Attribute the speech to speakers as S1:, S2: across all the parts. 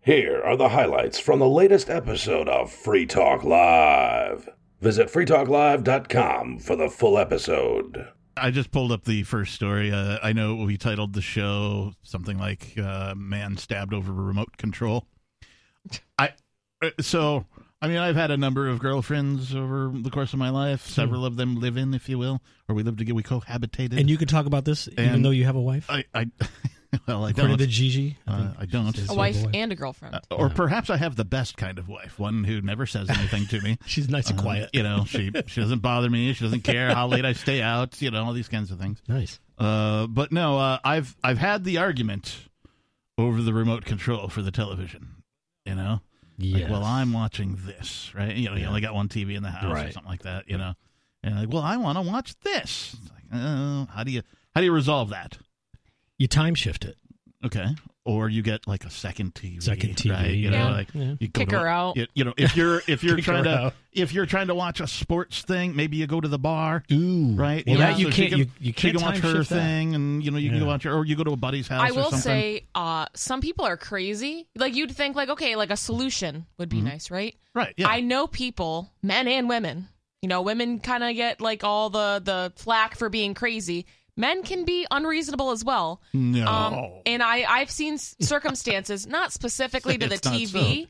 S1: Here are the highlights from the latest episode of Free Talk Live. Visit freetalklive.com for the full episode.
S2: I just pulled up the first story. Uh, I know we titled the show something like uh, "Man Stabbed Over Remote Control." I uh, so I mean I've had a number of girlfriends over the course of my life.
S3: Hmm.
S2: Several of them live in, if you will, or we lived together. We cohabitated.
S3: And you can talk about this even
S2: And-
S3: though you have a wife.
S2: I, I well, I
S3: According
S2: don't.
S3: to Gigi,
S2: Uh,
S3: think
S2: I don't.
S3: she's
S2: A
S4: A
S3: the
S4: wife
S3: boy.
S4: and a girlfriend.
S2: or perhaps I have the best kind of wife, one who never says anything to me.
S3: She's nice and
S2: Um,
S3: quiet.
S2: you know, she she doesn't bother me. She doesn't care how late I stay out. You know, all these kinds of things.
S3: Nice.
S2: Uh, but no, uh, I've I've had the argument over the remote control for the television. You know,
S3: Yeah.
S2: like, well, I'm watching this, right? You know, you only got one TV in the house or
S3: Right.
S2: something like that. You know, and like, well, I want to watch this. It's like, oh, how do you how do you resolve that?
S3: you time shift it.
S2: Okay, or you get like a second TV,
S3: Second TV,
S2: right? You
S4: yeah.
S2: know, like
S3: Yeah.
S2: you go
S4: Kick
S2: to-
S4: her out.
S2: You, you know, if you're if you're
S3: Kick
S2: trying
S3: her
S2: to
S3: out.
S2: if you're trying to watch a sports thing, maybe you go to the bar.
S3: Ooh.
S2: Right,
S3: Well,
S2: know,
S3: that you
S2: so she
S3: can't.
S2: can-
S3: you, you
S2: She
S3: can't
S2: can watch
S3: time
S2: her
S3: shift that.
S2: thing, and you know you
S3: Yeah.
S2: can watch her, or you go to a buddy's house.
S4: I
S2: or
S4: will
S2: something.
S4: say, uh, some people are crazy. Like you'd think, like okay, like a solution would be nice, right?
S2: right? Mm-hmm. Yeah,
S4: I know people, men and women. You know, women kind of get like all the the flack for being crazy. Men can be unreasonable as well.
S2: no, Oh.
S4: Um, and I I've seen s- circumstances, not specifically to the
S2: It's not
S4: TV,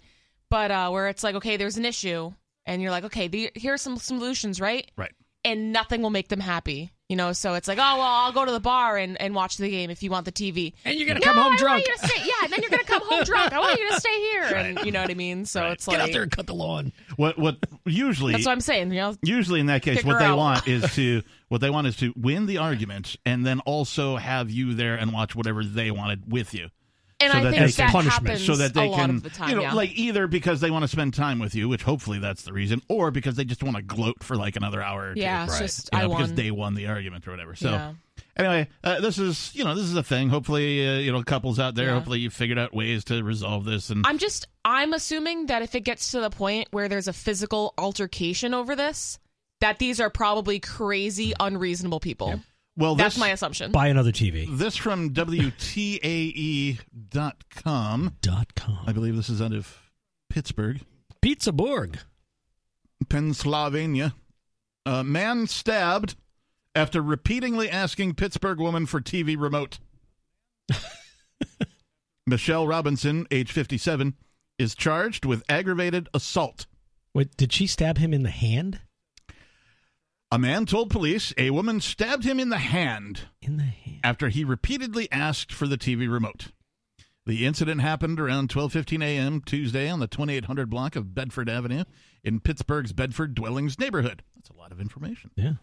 S4: but uh, where it's like okay, there's an issue, and you're like okay, the, here are some solutions, right?
S2: right?
S4: and nothing will make them happy. You know, so it's like, oh well, I'll go to the bar and, and watch the game if you want the TV.
S3: And you're gonna
S4: No,
S3: come
S4: I
S3: home
S4: want
S3: drunk.
S4: you to stay- yeah, and then you're gonna come home drunk. I want you to stay here, and you know what I mean. So it's
S3: Get
S4: like
S3: out there and cut the lawn.
S2: What what usually
S4: that's what I'm saying. You know,
S2: usually in that case
S4: Kick
S2: what
S4: her
S2: they
S4: out.
S2: want is to what they want is to win the argument and then also have you there and watch whatever they wanted with you
S4: and
S2: So
S4: I
S2: that
S4: think
S2: they
S4: that
S2: can-
S3: punishment.
S4: happens
S2: so that they
S4: a lot
S2: can
S4: of the time.
S2: you know
S4: yeah.
S2: like either because they want to spend time with you which hopefully that's the reason or because they just want to gloat for like another hour or two.
S4: yeah, it's
S3: Right.
S4: just
S2: you
S4: I
S2: know,
S4: won.
S2: because they won the argument or whatever. So
S4: Yeah.
S2: anyway, uh, this is you know this is a thing. Hopefully, uh, you know couples out there.
S4: Yeah.
S2: Hopefully, you figured out ways to resolve this. And
S4: I'm just I'm assuming that if it gets to the point where there's a physical altercation over this, that these are probably crazy, unreasonable people.
S2: well,
S4: That's
S2: this,
S4: my assumption.
S3: Buy another TV.
S2: this from WTAE.com.
S3: Dot
S2: E I
S3: com.
S2: believe this is out of Pittsburgh,
S3: Pizza Borg.
S2: Pennsylvania. A man stabbed after repeatedly asking Pittsburgh woman for TV remote. Michelle Robinson, age 57, is charged with aggravated assault.
S3: Wait, did she stab him in the hand?
S2: A man told police a woman stabbed him in the hand
S3: In the hand.
S2: after he repeatedly asked for the TV remote. The incident happened around 12:15 a.m. Tuesday on the 2800 block of Bedford Avenue in Pittsburgh's Bedford Dwellings neighborhood. That's a lot of information.
S3: Yeah.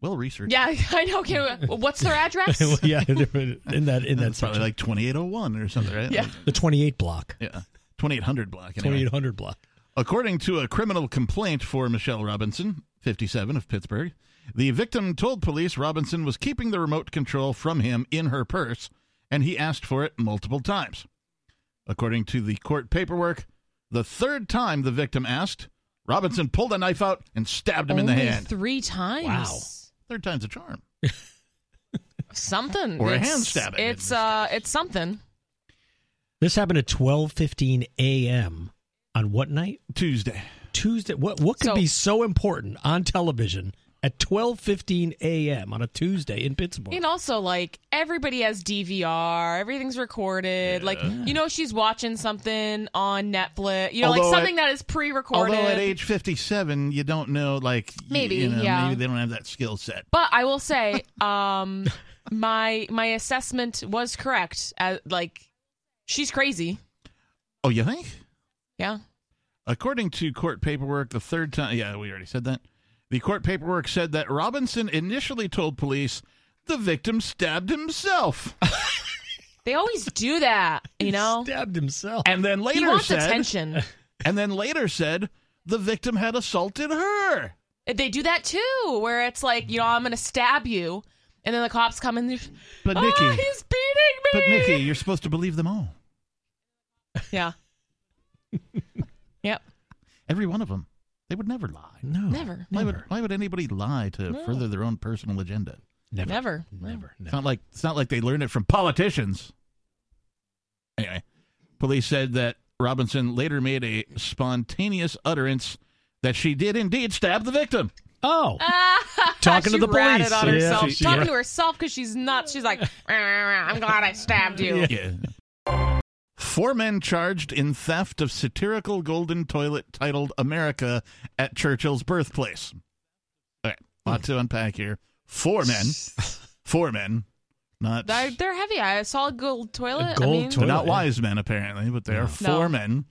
S2: Well researched.
S4: yeah, I know. Can, what's their address?
S3: Well, yeah. they were In that. In that
S2: That's probably
S3: section.
S2: like 2801 or something, right?
S4: Yeah.
S3: the 28 block.
S2: Yeah. 2800 block. Anyway.
S3: 2800 block.
S2: According to a criminal complaint for Michelle Robinson, 57 of Pittsburgh, the victim told police Robinson was keeping the remote control from him in her purse, and he asked for it multiple times. According to the court paperwork, the third time the victim asked, Robinson pulled a knife out and stabbed him in the
S4: Only
S2: hand.
S4: Three times.
S3: Wow.
S2: third time's a charm.
S4: Something.
S2: Or a
S4: It's-
S2: hand stabbing in
S4: It's
S2: this
S4: uh it's something.
S3: This happened at 12:15 a.m. on what night?
S2: Tuesday.
S3: Tuesday. What what could
S4: So-
S3: be so important on television at 12:15 a.m. on a Tuesday in Pittsburgh?
S4: And also like everybody has DVR, everything's recorded. Like you know she's watching something on Netflix. You know,
S2: Although
S4: like something
S2: at-
S4: that is pre recorded.
S2: Although at age 57, you don't know, like, y-
S4: Maybe,
S2: you know,
S4: yeah.
S2: maybe they don't have that skill set.
S4: But I will say, um my my assessment was correct. Uh, like she's crazy.
S2: Oh, you think?
S4: Yeah.
S2: According to court paperwork, the third time, yeah, we already said that. The court paperwork said that Robinson initially told police the victim stabbed himself,
S4: They always do that, you know?
S3: he stabbed himself.
S2: and then
S4: He
S2: later
S4: wants
S2: said,
S4: attention.
S2: and then later said the victim had assaulted her.
S4: They do that too, where it's like, you know, I'm gonna stab you, and then the cops come and they're,
S2: But
S4: "Ah,
S2: Nikki,
S4: he's beating me.
S2: but Nikki, you're supposed to believe them all,
S4: yeah, yep,
S2: every one of them. They would never lie.
S3: no,
S4: never.
S2: Why would why would anybody lie to further their own personal agenda?
S3: never,
S4: never.
S3: never,
S2: It's
S3: never.
S2: not like it's not like they learned it from politicians. Anyway, police said that Robinson later made a spontaneous utterance that she did indeed stab the victim.
S3: Oh,
S4: she
S3: talking to the
S4: ratted
S3: police.
S4: on
S3: Yeah,
S4: herself.
S3: she-
S4: Talking to herself because she's nuts. She's like, "Rah, rah, rah, I'm glad I stabbed you.
S2: Yeah. Four men charged in theft of satirical golden toilet titled America at Churchill's birthplace. All right, lot to unpack here. Four men. Four men. Not
S4: They're, they're heavy. I saw a gold toilet.
S3: gold
S4: I mean,
S3: toilet.
S2: They're not wise men, apparently, but they are four
S4: No.
S2: men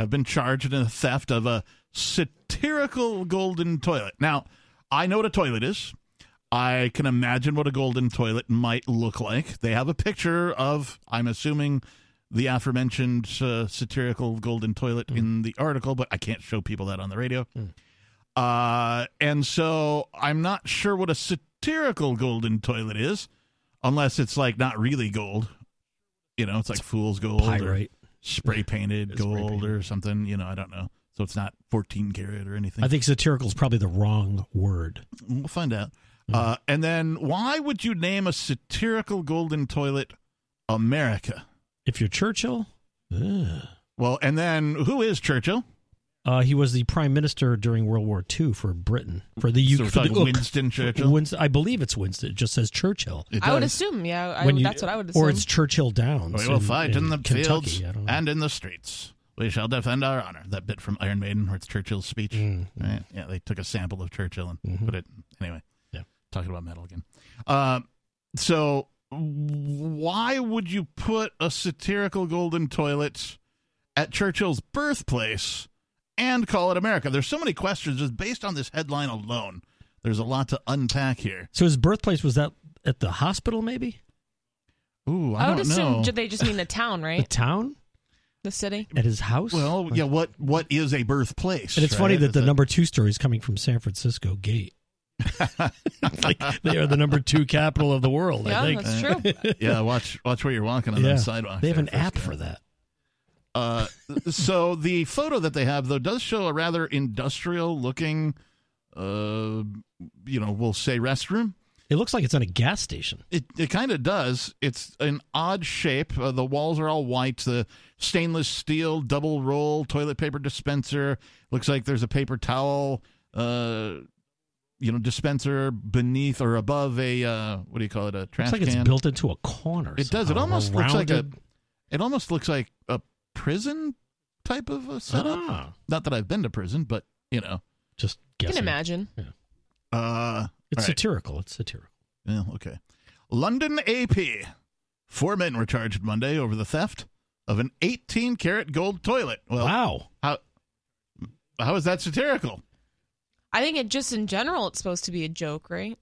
S2: have been charged in the theft of a satirical golden toilet. Now, I know what a toilet is. I can imagine what a golden toilet might look like. They have a picture of, I'm assuming, the aforementioned uh, satirical golden toilet
S4: Hmm.
S2: in the article, but I can't show people that on the radio. Uh, and so I'm not sure what a satirical golden toilet is, unless it's like not really gold. You know, it's like fool's gold, or
S3: Pyrite.
S2: spray painted
S3: It's spray
S2: gold,
S3: painted.
S2: or something. You know, I don't know. So it's not 14 karat or anything.
S3: I think satirical is probably the wrong word.
S2: we'll find out.
S3: Mm-hmm.
S2: Uh, and then, why would you name a satirical golden toilet America?
S3: If you're Churchill, ugh.
S2: Well, and then who is Churchill?
S3: uh, he was the prime minister during World War II for Britain for the
S2: So
S3: UK.
S2: we're
S3: for the
S2: talking
S3: UK.
S2: Winston Churchill.
S3: Winston- I believe it's Winston. It just says Churchill.
S2: It
S4: I would
S2: does.
S4: assume, yeah. I,
S3: When you-
S4: that's what I would assume.
S3: Or it's Churchill Downs.
S2: We will
S3: in-
S2: fight in, the
S3: Kentucky.
S2: fields
S3: I don't know.
S2: and in the streets. We shall defend our honor. That bit from Iron Maiden, where it's Churchill's speech.
S3: Mm-hmm.
S2: Right? Yeah, they took a sample of Churchill and put it. Anyway,
S3: Yeah.
S2: talking about metal again. Uh, so, why would you put a satirical golden toilet at Churchill's birthplace and call it America? There's so many questions just based on this headline alone. There's a lot to unpack here.
S3: so his birthplace was that at the hospital, maybe
S2: Ooh, I,
S4: I, would
S2: don't
S4: assume
S2: know.
S4: ju- they just mean the town,
S3: the
S4: right?
S3: town
S4: the city.
S3: at his house.
S2: Well, yeah. What what is a birthplace?
S3: and it's funny
S2: right?
S3: that
S2: Is
S3: the number two story is coming from San Francisco Gate. like they are the number two capital of the world. I
S4: Yeah,
S3: think.
S4: that's true.
S2: yeah, watch watch where you're walking on
S3: Yeah.
S2: those sidewalks.
S3: They have an
S2: there,
S3: app
S2: first
S3: for
S2: guy.
S3: that.
S2: Uh, so the photo that they have though does show a rather industrial looking, uh, you know, we'll say restroom.
S3: It looks like it's on a gas station.
S2: It it kind of does. It's an odd shape. Uh, the walls are all white. The stainless steel double roll toilet paper dispenser looks like there's a paper towel. Uh, you know, dispenser beneath or above a uh, what do you call it? A trash
S3: Looks like
S2: can.
S3: it's built into a corner.
S2: It does. It
S3: somehow,
S2: almost looks like a.
S3: rounded-
S2: It almost looks like a prison type of a setup.
S3: Ah,
S2: Not that I've been to prison, but you know.
S3: just
S4: You
S3: guessing.
S4: can imagine.
S2: Uh,
S3: It's
S2: all right.
S3: satirical. It's satirical.
S2: Yeah, okay. London AP. Four men were charged Monday over the theft of an 18 karat gold toilet. Well,
S3: wow.
S2: how how is that satirical?
S4: I think it just in general, it's supposed to be a joke, right?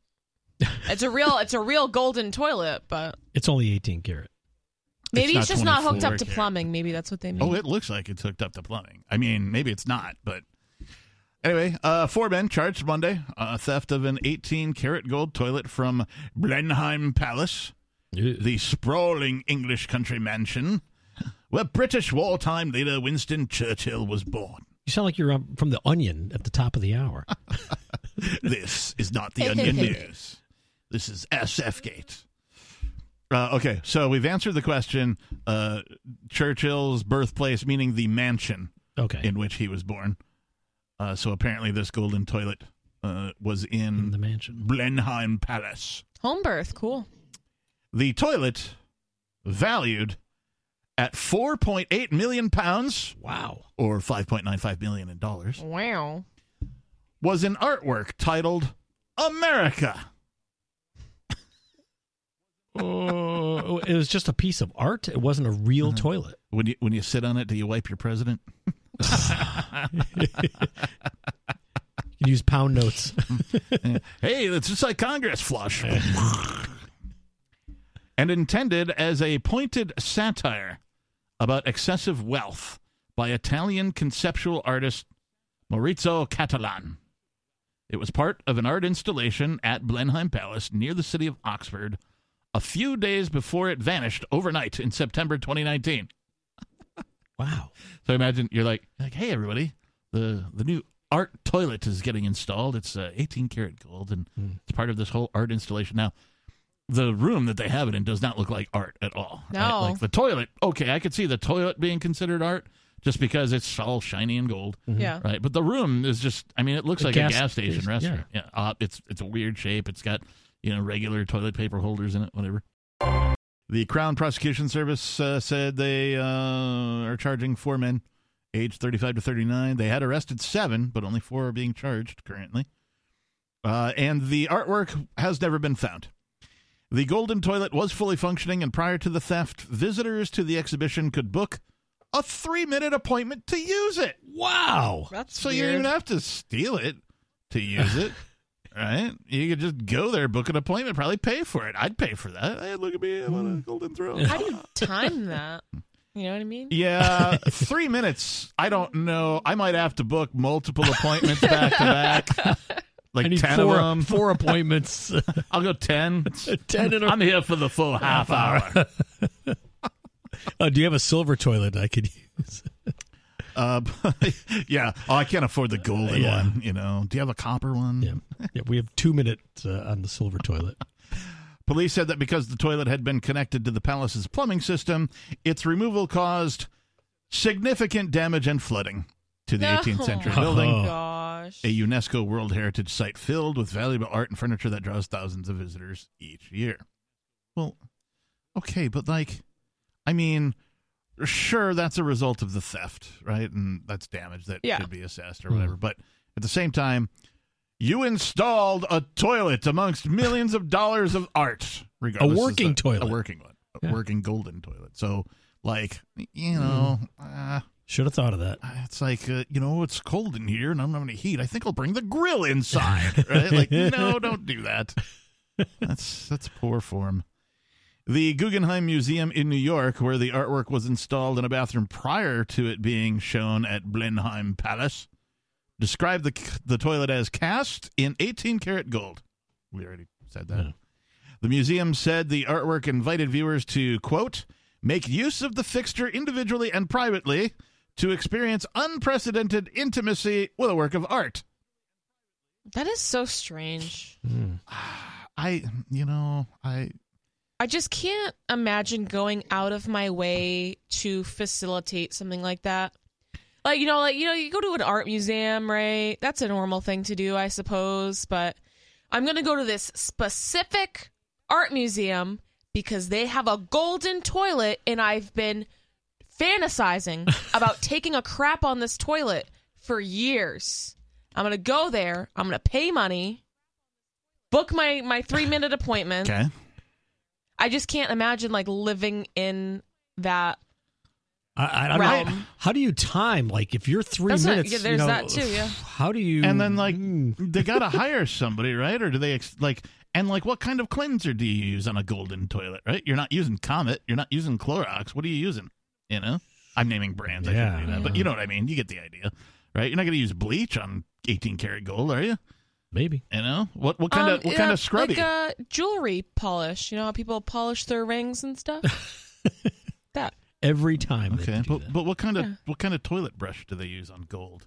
S4: It's a real, it's a real golden toilet, but
S3: It's only 18 karat.
S4: maybe
S2: not
S4: it's, just not hooked up
S2: 24
S4: to
S2: karat.
S4: plumbing. Maybe that's what they mean.
S2: Oh, it looks like it's hooked up to plumbing. I mean, maybe it's not, but anyway, uh, four men charged Monday uh, theft of an 18 karat gold toilet from Blenheim Palace. the sprawling English country mansion where British wartime leader Winston Churchill was born.
S3: You sound like you're um, from The Onion at the top of the hour.
S2: This is not the Onion News. This is SF Gate. Uh, okay, so we've answered the question uh, Churchill's birthplace, meaning the mansion
S3: Okay.
S2: in which he was born. Uh, so apparently, this golden toilet uh, was
S3: In the
S2: in
S3: mansion.
S2: Blenheim Palace.
S4: Home birth, cool.
S2: the toilet valued at 4.8 million pounds
S3: Wow.
S2: or 5.95 million in dollars
S4: Wow.
S2: was an artwork titled America.
S3: Oh, it was just a piece of art. It wasn't a real
S2: Mm-hmm.
S3: toilet.
S2: When you when you sit on it, do you wipe your president?
S3: You use pound notes.
S2: Eh, hey, that's just like Congress flush. and intended as a pointed satire about excessive wealth by Italian conceptual artist Maurizio Catalan. It was part of an art installation at Blenheim Palace near the city of Oxford a few days before it vanished overnight in September 2019.
S3: wow.
S2: So imagine you're like, like, hey everybody, the the new art toilet is getting installed. It's uh, 18 karat gold, and it's part of this whole art installation. Now, the room that they have it in does not look like art at all.
S4: No.
S2: like the toilet. Okay, I could see the toilet being considered art, just because it's all shiny and gold.
S4: Yeah.
S2: Right, but the room is just—I mean, it looks
S3: A
S2: like
S3: gas
S2: a gas station
S3: station,
S2: restaurant. Yeah, Uh, it's it's a weird shape. It's got you know regular toilet paper holders in it, whatever. The Crown Prosecution Service uh, said they uh, are charging four men, aged 35 to 39. They had arrested seven, but only four are being charged currently. Uh, and the artwork has never been found. The golden toilet was fully functioning, and prior to the theft, visitors to the exhibition could book a three-minute appointment to use it.
S3: Wow.
S4: That's
S2: So you
S4: weird.
S2: don't even have to steal it to use it, right? You could just go there, book an appointment, probably pay for it. I'd pay for that. Hmm. Hey, look at me, I want a golden throne.
S4: How do you time that? You know what I mean?
S2: yeah, three minutes. I don't know. I might have to book multiple appointments back to back,
S3: I
S2: like
S3: need
S2: ten
S3: four,
S2: of them.
S3: four appointments.
S2: I'll go ten.
S3: Ten in a
S2: I'm here for the full half hour.
S3: Uh, do you have a silver toilet I could use?
S2: Uh, yeah. Oh, I can't afford the golden
S3: Yeah.
S2: one. You know. Do you have a copper one?
S3: Yeah, yeah we have two minutes uh, on the silver toilet.
S2: Police said that because the toilet had been connected to the palace's plumbing system, its removal caused significant damage and flooding to the
S4: No.
S2: 18th century
S4: Oh.
S2: building,
S4: Gosh.
S2: a UNESCO World Heritage Site filled with valuable art and furniture that draws thousands of visitors each year. Well, okay, but like, I mean, sure, that's a result of the theft, right? And that's damage that
S4: Yeah.
S2: could be assessed
S3: Hmm.
S2: or whatever. But at the same time, you installed a toilet amongst millions of dollars of art. regardless.
S3: A working
S2: It's
S3: toilet.
S2: A working one. A
S3: Yeah. Hmm.
S2: working golden toilet. So, like, you know, uh,
S3: Should have thought of that.
S2: it's like, uh, you know, it's cold in here and I'm not going to heat. I think I'll bring the grill inside. Right? like, no, don't do that. That's that's poor form. The Guggenheim Museum in New York, where the artwork was installed in a bathroom prior to it being shown at Blenheim Palace, described the the toilet as cast in 18 karat gold. We already said that.
S3: Yeah.
S2: The museum said the artwork invited viewers to quote make use of the fixture individually and privately to experience unprecedented intimacy with a work of art.
S4: That is so strange.
S2: I, you know, I
S4: I just can't imagine going out of my way to facilitate something like that. Like, you know, like, you know, you go to an art museum, right? That's a normal thing to do, I suppose. But I'm going to go to this specific art museum because they have a golden toilet and I've been fantasizing about taking a crap on this toilet for years. I'm going to go there. I'm going to pay money, book my, my three minute appointment.
S2: okay.
S4: I just can't imagine like living in that.
S3: I, I don't
S4: Right.
S3: know. How do you time? Like, if you're three
S4: That's not-
S3: minutes,
S4: yeah,
S3: you
S4: there's
S3: know,
S4: that too, yeah.
S3: How do you?
S2: And then like
S3: Mm.
S2: they got to hire somebody, right? Or do they ex- like and like what kind of cleanser do you use on a golden toilet, right? You're not using Comet, you're not using Clorox. What are you using? You know? I'm naming brands, I
S3: Yeah.
S2: shouldn't do that. But you know what I mean? You get the idea. Right? You're not going to use bleach on 18 karat gold, are you?
S3: maybe
S2: You know? What what kind
S4: Um,
S2: of what
S4: yeah,
S2: kind of scrubby?
S4: Like uh, jewelry polish. You know how people polish their rings and stuff. that
S3: every time. they
S2: Okay,
S3: do
S2: but
S3: that.
S2: but what kind of
S4: Yeah.
S2: what kind of toilet brush do they use on gold?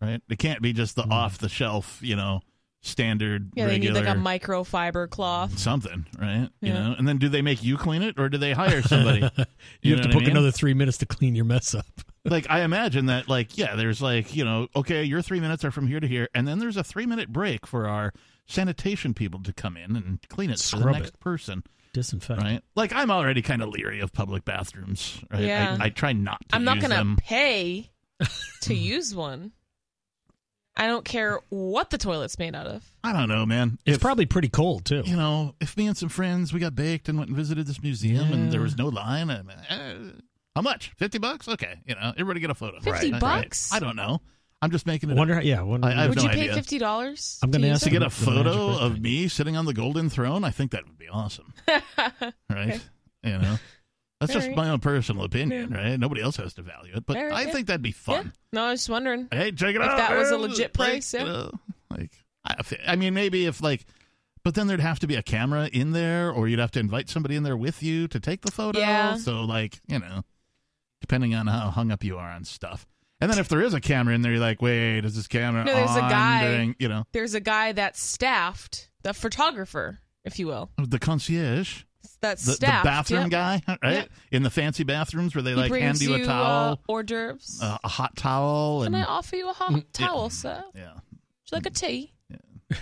S2: Right, it can't be just
S3: Hmm.
S2: the off the shelf, you know, standard
S4: yeah,
S2: regular
S4: they need like a microfiber cloth.
S2: something, right? You
S4: Yeah.
S2: know, and then do they make you clean it, or do they hire somebody? you,
S3: you,
S2: know
S3: have
S2: what
S3: to
S2: I
S3: book
S2: mean?
S3: another three minutes to clean your mess up.
S2: Like I imagine that, like yeah, there's like you know, okay, your three minutes are from here to here, and then there's a three minute break for our sanitation people to come in and clean it for
S3: Scrub
S2: the next person,
S3: Disinfect.
S2: right? Like I'm already kind of leery of public bathrooms. Right?
S4: Yeah.
S2: I, I try not. to
S4: I'm not
S2: use
S4: gonna
S2: them.
S4: pay to use one. I don't care what the toilet's made out of.
S2: I don't know, man.
S3: It's
S2: If-
S3: probably pretty cold too.
S2: you know, if me and some friends we got baked and went and visited this museum
S3: Yeah.
S2: and there was no line, I mean, uh, how much? Fifty bucks? Okay, you know, everybody get a photo.
S4: 50
S2: Right.
S4: bucks?
S2: I don't know. I'm just making
S3: I
S2: it.
S3: wonder
S2: up.
S3: how. Yeah. I wonder,
S2: I- I have
S4: Would
S2: no
S4: you pay
S2: idea.
S4: fifty dollars?
S3: I'm gonna ask
S2: to get
S3: The
S2: a photo
S3: magic
S2: of
S3: birthday.
S2: me sitting on the golden throne. I think that would be awesome. right? You know, that's
S4: All
S2: just
S4: right.
S2: my own personal opinion, right? Nobody else has to value it, but
S4: All right,
S2: I
S4: yeah.
S2: think that'd be
S4: Yeah.
S2: fun.
S4: No, I was just wondering.
S2: hey, check it
S4: If
S2: out.
S4: that was a
S2: man.
S4: legit
S2: Like,
S4: place, yeah.
S2: you know, like I, I mean, maybe if like, but then there'd have to be a camera in there, or you'd have to invite somebody in there with you to take the photo.
S4: Yeah.
S2: So like, you know, depending on how hung up you are on stuff, and then if there is a camera in there, you're like, wait, is this camera?
S4: No, there's a
S2: on
S4: guy-
S2: during- you know,
S4: There's a guy that's staffed, the photographer, if you will.
S2: the concierge.
S4: That's
S2: The, the
S4: staffed.
S2: bathroom
S4: yep.
S2: guy, right?
S4: Yeah.
S2: In the fancy bathrooms where they
S4: He
S2: like hand
S4: brings
S2: you a
S4: uh,
S2: towel,
S4: hors d'oeuvres.
S2: uh, a hot towel, and
S4: Can I offer you a hot towel, sir?
S2: Mm, yeah,
S4: Would you like a tea? Would you like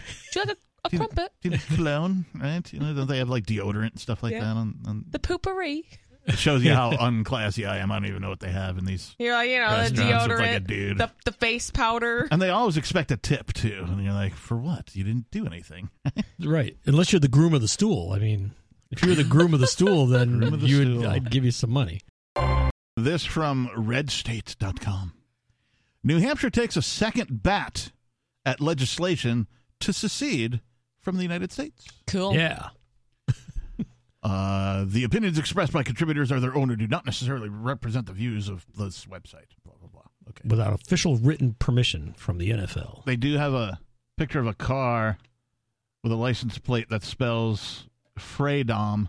S4: a, a
S2: Do you-
S4: crumpet?
S2: Do you know cologne, right? You know, don't they have like deodorant and stuff like
S4: Yeah.
S2: that? On, on
S4: The poopery.
S2: it shows you how unclassy I am. I don't even know what they have in these.
S4: You're like, you know, the
S2: Restaurants with,
S4: deodorant,
S2: like, a dude.
S4: The, the face powder.
S2: And they always expect a tip too, and you're like, for what? You didn't do anything.
S3: Right. Unless you're the groom of the stool. I mean, if you were the groom of the stool, then
S2: Groom of the
S3: you would,
S2: stool.
S3: I'd give you some money.
S2: This from redstate.com. New Hampshire takes a second bat at legislation to secede from the United States.
S4: Cool.
S3: Yeah.
S2: Uh, the opinions expressed by contributors are their own and do not necessarily represent the views of this website. Blah, blah, blah. Okay.
S3: Without official written permission from the NFL.
S2: They do have a picture of a car with a license plate that spells Freedom.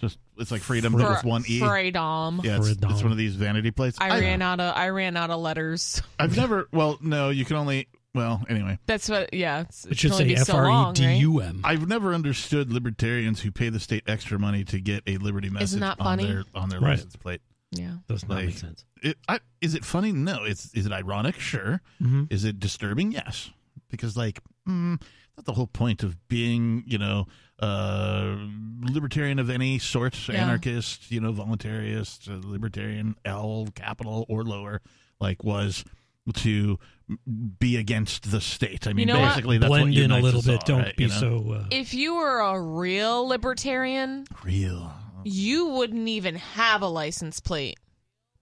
S2: Just it's like freedom but with one e.
S4: Freedom.
S2: Yeah, it's, it's
S3: Freedom.
S2: one of these vanity plates.
S4: I ran out of I ran out of letters.
S2: I've never. Well, no, you can only. Well, anyway,
S4: That's what. Yeah. It's,
S3: It should
S4: can only
S3: say
S4: be
S3: F
S4: so
S3: R
S4: long,
S3: E
S4: right?
S3: D U M.
S2: I've never understood libertarians who pay the state extra money to get a liberty message
S4: that
S2: on
S4: funny?
S2: their on their
S3: Right.
S2: license plate.
S4: Yeah.
S3: Does not
S2: Like-
S3: make sense.
S2: It, I, is it funny? No. It's is it ironic? Sure.
S3: Mhm.
S2: Is it disturbing? Yes. Because like, mm, that's the whole point of being, you know, uh, libertarian of any sort,
S4: Yeah.
S2: anarchist, you know, voluntarist, uh, libertarian, L capital or lower, like was to be against the state. I mean,
S4: know what?
S2: basically that's
S3: Blend
S2: what
S3: in a
S2: unites
S3: little
S2: us
S3: bit.
S2: all,
S3: Don't
S2: right?
S3: be
S2: You know?
S3: so. Uh,
S4: If you were a real libertarian,
S2: real.
S4: you wouldn't even have a license plate.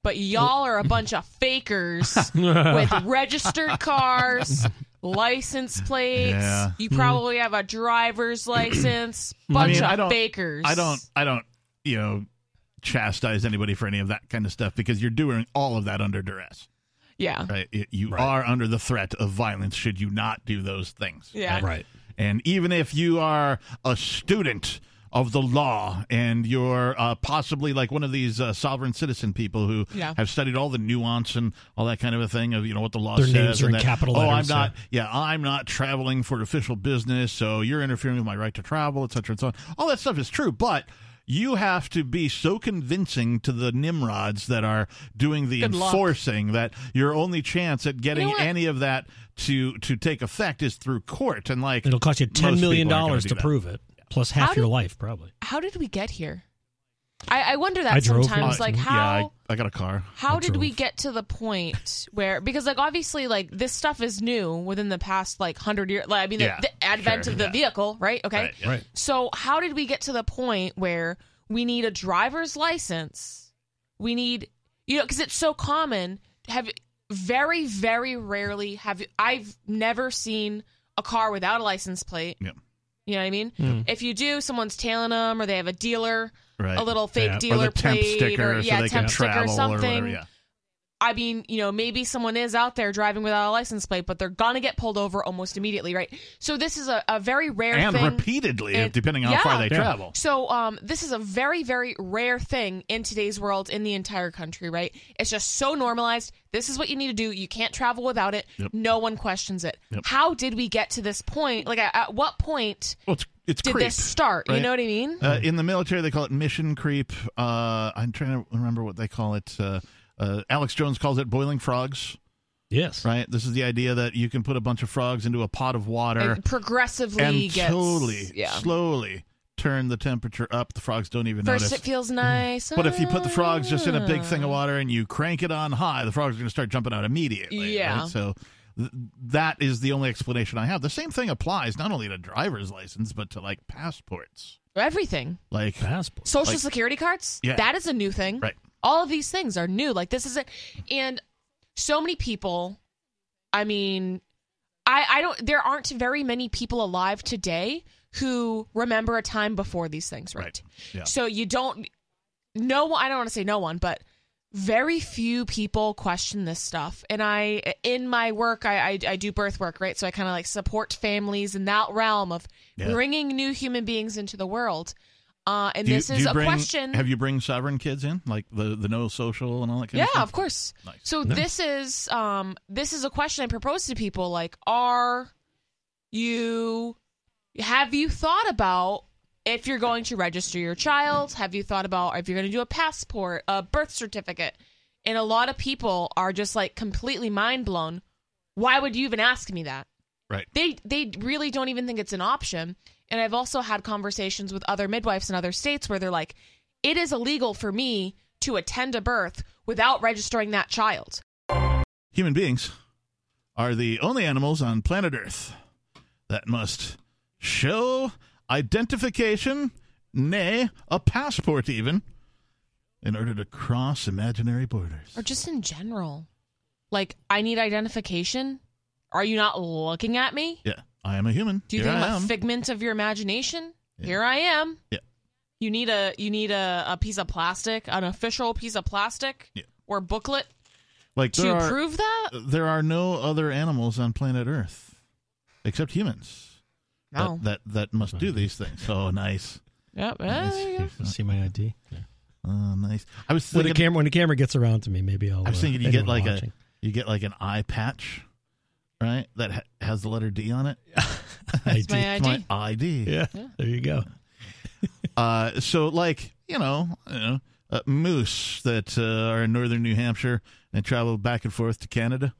S4: But y'all are a bunch of fakers with registered cars, license plates.
S2: Yeah.
S4: You probably have a driver's license. Bunch
S2: mean,
S4: of
S2: Mm-hmm. I don't-
S4: fakers.
S2: I don't I don't, you know, chastise anybody for any of that kind of stuff because you're doing all of that under duress.
S4: Yeah.
S2: Right? You- You are under the threat of violence should you not do those things.
S4: Yeah.
S3: right.
S2: And even if you are a student of the law and you're uh, possibly like one of these uh, sovereign citizen people who
S4: Yeah.
S2: have studied all the nuance and all that kind of a thing of you know what the law
S3: Their
S2: says
S3: names are
S2: and
S3: in
S2: that,
S3: capital
S2: oh
S3: letters,
S2: i'm not yeah. i'm not traveling for official business so you're interfering with my right to travel etc and so on all that stuff is true but you have to be so convincing to the nimrods that are doing the
S4: Good luck.
S2: enforcing that your only chance at getting
S4: what?
S2: any of that to to take effect is through court and like
S3: It'll cost you
S2: most
S3: ten million
S2: people aren't gonna
S3: dollars
S2: do
S3: to
S2: that.
S3: prove it, plus
S4: How
S3: half your
S4: did-
S3: life probably.
S4: How did we get here? I, I wonder
S3: I
S4: that
S3: drove
S4: sometimes.
S3: here.
S4: Like
S3: Uh,
S4: how.
S2: Yeah, I, I got a car.
S4: how did we
S3: drove.
S4: get to the point where because like obviously like this stuff is new within the past like 100 years like, i mean the-
S2: Yeah,
S4: the, advent
S2: sure,
S4: of the
S2: yeah.
S4: vehicle right okay
S2: Right, yeah.
S3: Right.
S4: so how did we get to the point where we need a driver's license we need you know because it's so common have very very rarely have i've never seen a car without a license plate
S2: Yep.
S4: you know what i mean if you do someone's tailing them or they have a dealer
S2: Right.
S4: a little fake
S3: Yeah, or the
S4: dealer
S2: or the temp
S4: plate
S2: sticker
S4: or yeah
S2: so they
S4: temp
S2: can
S4: sticker
S2: travel
S4: or something
S2: whatever. Yeah.
S4: I mean, you know, maybe someone is out there driving without a license plate, but they're gonna get pulled over almost immediately, right? So this is a, a very rare
S2: And
S4: thing.
S2: repeatedly,
S4: It-
S2: depending on how far
S4: yeah.
S2: they
S3: Yeah.
S2: travel.
S4: so um, this is a very, very rare thing in today's world, in the entire country, right? It's just so normalized. This is what you need to do. You can't travel without it.
S2: Yep.
S4: No one questions it.
S2: Yep.
S4: How did we get to this point? Like, at, at what point
S2: Well, it's it's
S4: did
S2: creep.
S4: this start?
S2: right?
S4: You know what I mean?
S2: Uh, in the military, they call it mission creep. Uh, I'm trying to remember what they call it. Uh, uh, Alex Jones calls it boiling frogs.
S3: Yes.
S2: Right. This is the idea that you can put a bunch of frogs into a pot of water
S4: And progressively
S2: and
S4: gets
S2: slowly,
S4: yeah.
S2: slowly turn the temperature up. The frogs don't even
S4: First,
S2: notice.
S4: it feels nice,
S2: Mm-hmm. But if you put the frogs just in a big thing of
S4: Ah.
S2: water and you crank it on high, the frogs are going to start jumping out immediately.
S4: Yeah.
S2: right? So th- that is the only explanation I have. The same thing applies not only to driver's license but to like passports.
S4: Ah, everything.
S2: Like
S3: Passport.
S4: Social
S2: Like-
S4: security cards?
S2: Yeah.
S4: That is a new thing.
S2: Right.
S4: All of these things are new. Like this isn't and so many people I mean I I don't there aren't very many people alive today who remember a time before these things, right?
S2: Right. Yeah.
S4: So you don't no one I don't want to say no one, but very few people question this stuff and i in my work i i, I do birth work right so i kind of like support families in that realm of
S2: Yeah.
S4: bringing new human beings into the world uh and
S2: do you-
S4: this
S2: do
S4: is
S2: you
S4: a
S2: bring-
S4: question
S2: Have you bring sovereign kids in like the the no social and all that kind
S4: yeah
S2: of
S4: of
S2: stuff?
S4: course
S2: Nice.
S4: so this is um this is a question i propose to people like are you have you thought about if you're going to register your child, have you thought about if you're going to do a passport, a birth certificate? And a lot of people are just like completely mind blown. Why would you even ask me that?
S2: Right.
S4: They they really don't even think it's an option. And I've also had conversations with other midwives in other states where they're like, "It is illegal for me to attend a birth without registering that child."
S2: Human beings are the only animals on planet Earth that must show identification, nay, a passport even, in order to cross imaginary borders.
S4: Or just in general. Like, I need identification. Are you not looking at me?
S2: Yeah, I am a human.
S4: Do you
S2: Here
S4: think
S2: I
S4: I'm
S2: am.
S4: a figment of your imagination?
S2: Yeah.
S4: Here I am.
S2: Yeah.
S4: You need a you need a, a piece of plastic, an official piece of plastic
S2: Yeah.
S4: or booklet
S2: like
S4: to
S2: there are, Uh,
S4: prove that?
S2: there are no other animals on planet Earth except humans
S4: No.
S2: that, that that must do these things. Oh, nice.
S4: yep. eh, there you go.
S3: See my ID.
S2: Oh, nice. I was
S3: When
S2: thinking
S3: the camera when the camera gets around to me, maybe I'll.
S2: I was
S3: uh,
S2: thinking you get
S3: anyone
S2: like
S3: watching.
S2: a you get like an eye patch, right? That ha- has the letter D on it.
S4: It's my
S2: It's my
S4: ID.
S2: ID.
S3: Yeah, there you go.
S2: Uh, so like you know, you know uh, moose that uh, are in northern New Hampshire and travel back and forth to Canada.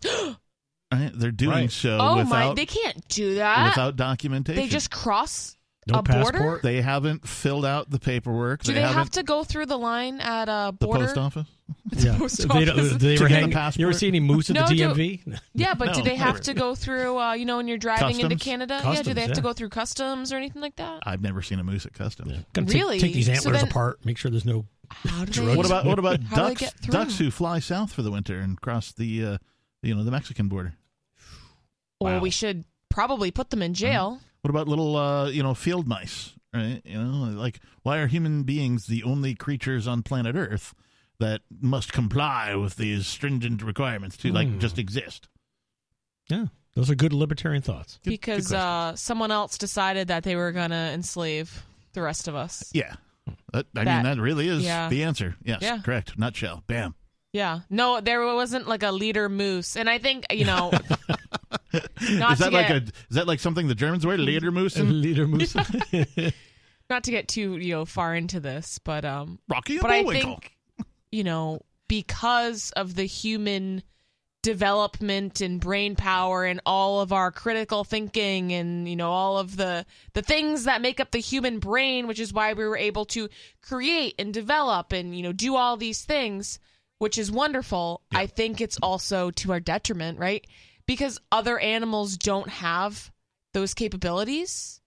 S2: right? They're doing
S3: Right.
S2: so
S4: oh my
S2: uh, without
S4: they can't do that.
S2: without documentation.
S4: they just cross
S3: No
S4: a border?
S3: passport?
S2: they haven't filled out the paperwork.
S4: Do they, have
S2: haven't
S4: to go through the line at a
S2: the
S4: border?
S2: post office.
S3: yeah.
S4: post
S3: They,
S4: office.
S3: don't- uh, they
S2: To
S3: were
S2: get a
S3: hanging. You ever
S2: passport?
S3: see any moose at
S4: No,
S3: the
S4: do-
S3: DMV?
S4: Yeah, but do
S2: No,
S4: they have
S2: never.
S4: to go through uh, you know when you're driving into
S2: Customs?
S4: Canada? yeah, do
S3: Customs,
S4: they have to
S3: yeah.
S4: go through customs or anything like that?
S2: I've never seen a moose at customs.
S3: Gotta take-
S4: Really?
S3: Take, these
S4: So
S3: antlers
S4: then-
S3: apart. Make sure there's no.
S4: How do
S3: Drugs.
S4: they
S2: What about what about
S4: How do they
S2: ducks?
S4: get through?
S2: Ducks who fly south for the winter and cross the uh, you know the Mexican border.
S4: Well,
S2: Wow.
S4: we should probably put them in
S2: Mm-hmm.
S4: jail.
S2: What about little, uh, you know, field mice? Right? You know, like why are human beings the only creatures on planet Earth that must comply with these stringent requirements to like
S3: Hmm.
S2: just exist?
S3: Yeah, those are good libertarian thoughts.
S2: Good- good
S4: because
S2: question.
S4: uh, someone else decided that they were gonna enslave the rest of us.
S2: yeah, that, I
S4: That-
S2: mean that really is
S4: yeah.
S2: the answer. Yes,
S4: Yeah.
S2: correct. Nutshell. Bam.
S4: Yeah, no, there wasn't like a leader moose, and I think you know, not
S2: is that
S4: to
S2: like
S4: get Mm-hmm.
S2: a is that like something the Germans wear? Ledermusen,
S3: Leader moose.
S4: not to get too you know far into this, but um,
S2: Rocky and
S4: but I
S2: Bullwinkle.
S4: think you know because of the human development and brain power and all of our critical thinking and you know all of the the things that make up the human brain which is why we were able to create and develop and you know do all these things which is wonderful i think it's also to our detriment right because other animals don't have those capabilities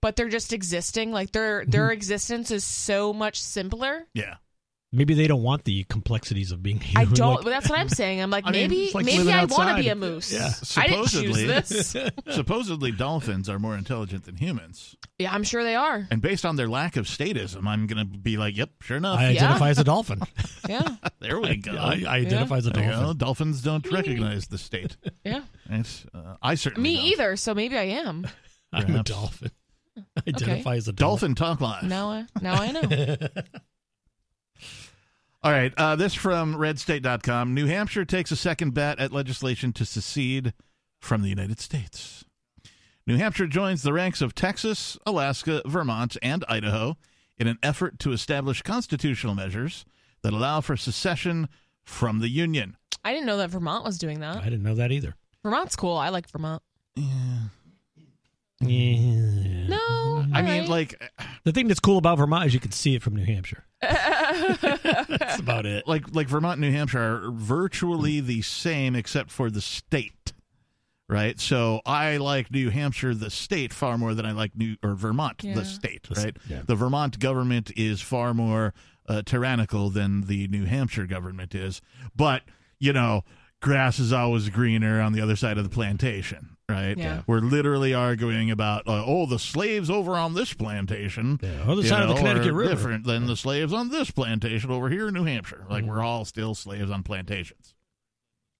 S4: but they're just existing like their their existence is so much simpler
S2: yeah,
S3: Maybe they don't want the complexities of being.
S4: I
S3: Human.
S4: don't.
S3: like-
S4: well, that's what I'm saying. I'm like,
S3: I mean,
S4: maybe,
S3: it's like
S4: maybe
S3: living
S4: I want to
S3: outside.
S4: be a moose.
S3: Yeah.
S4: I didn't choose
S2: Supposedly.
S4: this.
S2: supposedly dolphins are more intelligent than humans,
S4: yeah, I'm sure they are.
S2: and based on their lack of statism, I'm gonna be like, yep, sure enough,
S3: I
S4: Yeah.
S3: identify as a dolphin.
S4: Yeah,
S2: there we go.
S3: I, I identify as a
S2: There you go.
S3: dolphin.
S2: Dolphins don't recognize the state.
S4: yeah.
S2: It's, uh, I certainly
S4: Me
S2: don't.
S4: either. So maybe I am.
S3: I'm a
S2: Perhaps.
S3: dolphin. Identify as a dolphin.
S2: Dolphin Talk Live.
S4: Now, I, now I know.
S2: All right. Uh, this from redstate.com. New Hampshire takes a second bat at legislation to secede from the United States. New Hampshire joins the ranks of Texas, Alaska, Vermont, and Idaho in an effort to establish constitutional measures that allow for secession from the Union.
S4: I didn't know that Vermont was doing
S3: I
S4: that.
S3: didn't know that either.
S4: Vermont's cool. I like Vermont.
S3: Yeah.
S2: I
S4: No,
S3: Mm-hmm.
S4: all
S2: mean,
S4: right.
S2: like,
S3: The thing that's cool about Vermont is you can see it from New Hampshire. that's about it.
S2: like like Vermont, and New Hampshire are virtually the same except for the state, right? So I like New Hampshire, the state, far more than I like New or Vermont,
S4: Yeah.
S2: the state,
S3: The s-
S2: right?
S3: yeah.
S2: The Vermont government is far more uh, tyrannical than the New Hampshire government is, but you know, grass is always greener on the other side of the plantation. Right,
S4: Yeah.
S2: we're literally arguing about uh, oh, the slaves over on this plantation
S3: Yeah, other
S2: you
S3: side of the
S2: know,
S3: Connecticut
S2: are
S3: River.
S2: different than the slaves on this plantation over here in New Hampshire. Like we're all still slaves on plantations.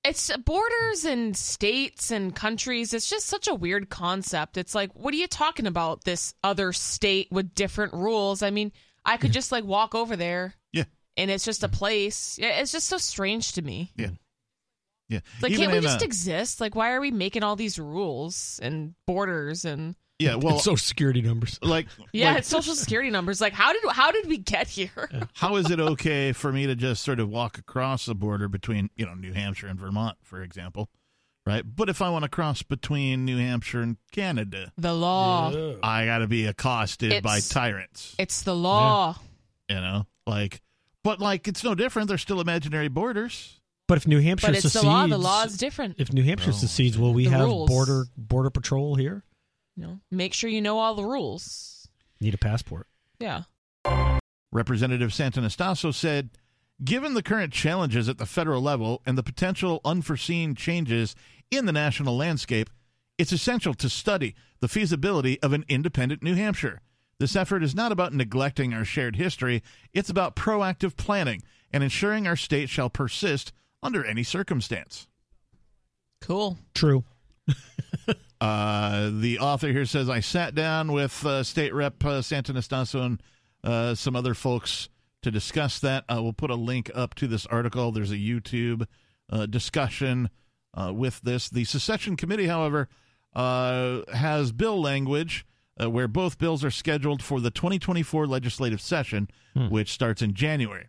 S4: it's borders and states and countries. It's just such a weird concept. It's like, what are you talking about? This other state with different rules. I mean, I could just like walk over there.
S2: Yeah.
S4: And it's just a place. Yeah, It's just so strange to me.
S2: Yeah,
S4: Like,
S2: Even
S4: can't we
S2: in,
S4: just
S2: uh,
S4: exist? Like, why are we making all these rules and borders and
S2: yeah, well,
S3: social security numbers.
S2: like,
S4: Yeah,
S2: like,
S4: it's social security numbers. Like, how did how did we get here?
S2: how is it okay for me to just sort of walk across the border between, you know, New Hampshire and Vermont, for example, right? But if I want to cross between New Hampshire and Canada,
S4: The law.
S2: I got to be accosted by
S4: It's-
S2: tyrants,
S4: It's the law.
S2: you know, like, but like, it's no different. They're still imaginary borders.
S3: But if New Hampshire
S4: But it's
S3: secedes,
S4: the law. The law is different.
S3: if New Hampshire
S2: Oh.
S3: secedes, will we
S4: The
S3: have
S4: rules.
S3: border border patrol here?
S4: You know, make sure you know all the rules.
S3: Need a passport.
S4: Yeah.
S2: Representative Santanastasso said, Given the current challenges at the federal level and the potential unforeseen changes in the national landscape, it's essential to study the feasibility of an independent New Hampshire. This effort is not about neglecting our shared history, it's about proactive planning and ensuring our state shall persist under any circumstance.
S4: Cool.
S3: True.
S2: Uh, the author here says I sat down with uh, State Rep uh, Santanastasso and uh, some other folks to discuss that. Uh, we'll put a link up to this article. There's a YouTube uh, discussion uh, with this. The secession committee, however, uh, has bill language uh, where both bills are scheduled for the 2024 legislative session, which starts in January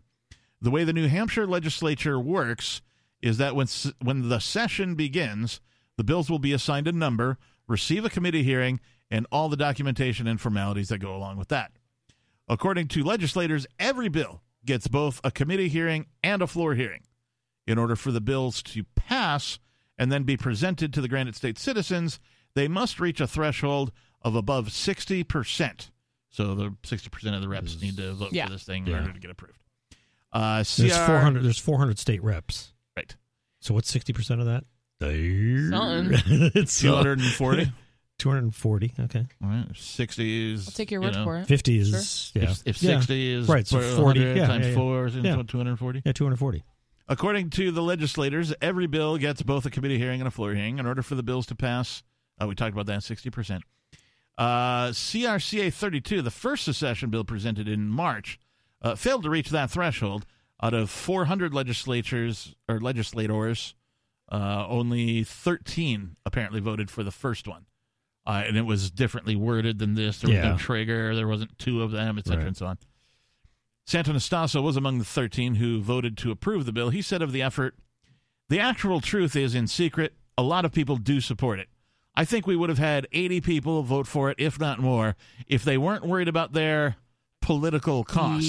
S2: the way the New Hampshire legislature works is that when s- when the session begins, the bills will be assigned a number, receive a committee hearing, and all the documentation and formalities that go along with that. According to legislators, every bill gets both a committee hearing and a floor hearing. In order for the bills to pass and then be presented to the Granite State citizens, they must reach a threshold of above 60%. So the 60% of the reps need to vote
S4: Yeah.
S2: for this thing
S3: Yeah.
S2: in order to get approved. Uh, CR,
S3: There's 400. There's 400 state reps.
S2: Right.
S3: So what's 60 percent of that?
S4: Something.
S3: it's uh,
S2: 240.
S3: 240. Okay.
S2: All right, 60 is.
S4: I'll take your word for it.
S3: 50 is yeah.
S2: If, if
S3: Yeah.
S2: 60 is
S3: Right, so
S2: 40
S3: 40, yeah,
S2: times
S3: yeah, yeah.
S2: 4 is
S3: Yeah.
S2: 240.
S3: Yeah, 240.
S2: According to the legislators, every bill gets both a committee hearing and a floor hearing. In order for the bills to pass, uh, we talked about that 60%. Uh, CRCA 32, the first secession bill presented in March, uh, failed to reach that threshold. Out of 400 legislatures or legislators, uh, only 13 apparently voted for the first one. Uh, and it was differently worded than this. There was no
S3: Yeah.
S2: trigger. There wasn't two of them, etc.
S3: Right.
S2: and so on. Santanastasso was among the 13 who voted to approve the bill. He said of the effort, the actual truth is in secret, a lot of people do support it. I think we would have had 80 people vote for it, if not more, if they weren't worried about their political cost.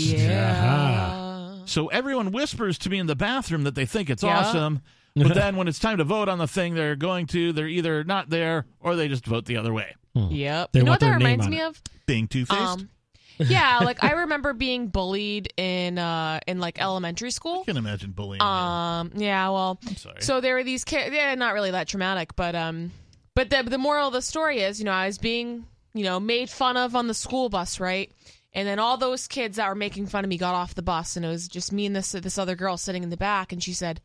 S4: Yeah.
S2: So everyone whispers to me in the bathroom that they think it's
S4: Yeah.
S2: awesome, but then when it's time to vote on the thing they're going to, they're either not there or they just vote the other way.
S4: Yep.
S3: They
S4: you know
S3: want
S4: what that
S3: their name
S4: reminds
S3: on
S4: me
S3: it.
S4: of?
S2: Being two faced.
S4: Um, yeah, like I remember being bullied in uh in like elementary school.
S2: I can imagine bullying. yeah.
S4: Um, yeah, well,
S2: I'm sorry.
S4: so there were these kids. Yeah, not really that traumatic, but um, but the the moral of the story is, you know, I was being you know made fun of on the school bus, right? And then all those kids that were making fun of me got off the bus, and it was just me and this this other girl sitting in the back, and she said,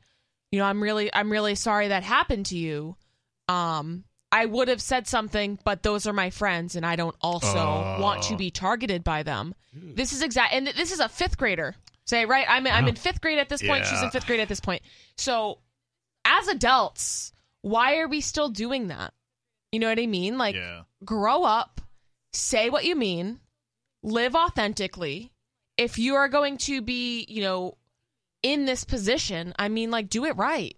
S4: you know, I'm really I'm really sorry that happened to you. Um, I would have said something, but those are my friends, and I don't also
S2: Oh.
S4: want to be targeted by them. This is exact, and th- this is a fifth grader. Say right, I'm I'm in fifth grade at this point. She's
S2: Yeah.
S4: in fifth grade at this point. So, as adults, why are we still doing that? You know what I mean? Like,
S2: yeah.
S4: grow up, say what you mean, live authentically. If you are going to be, you know, in this position, I mean, like, do it right.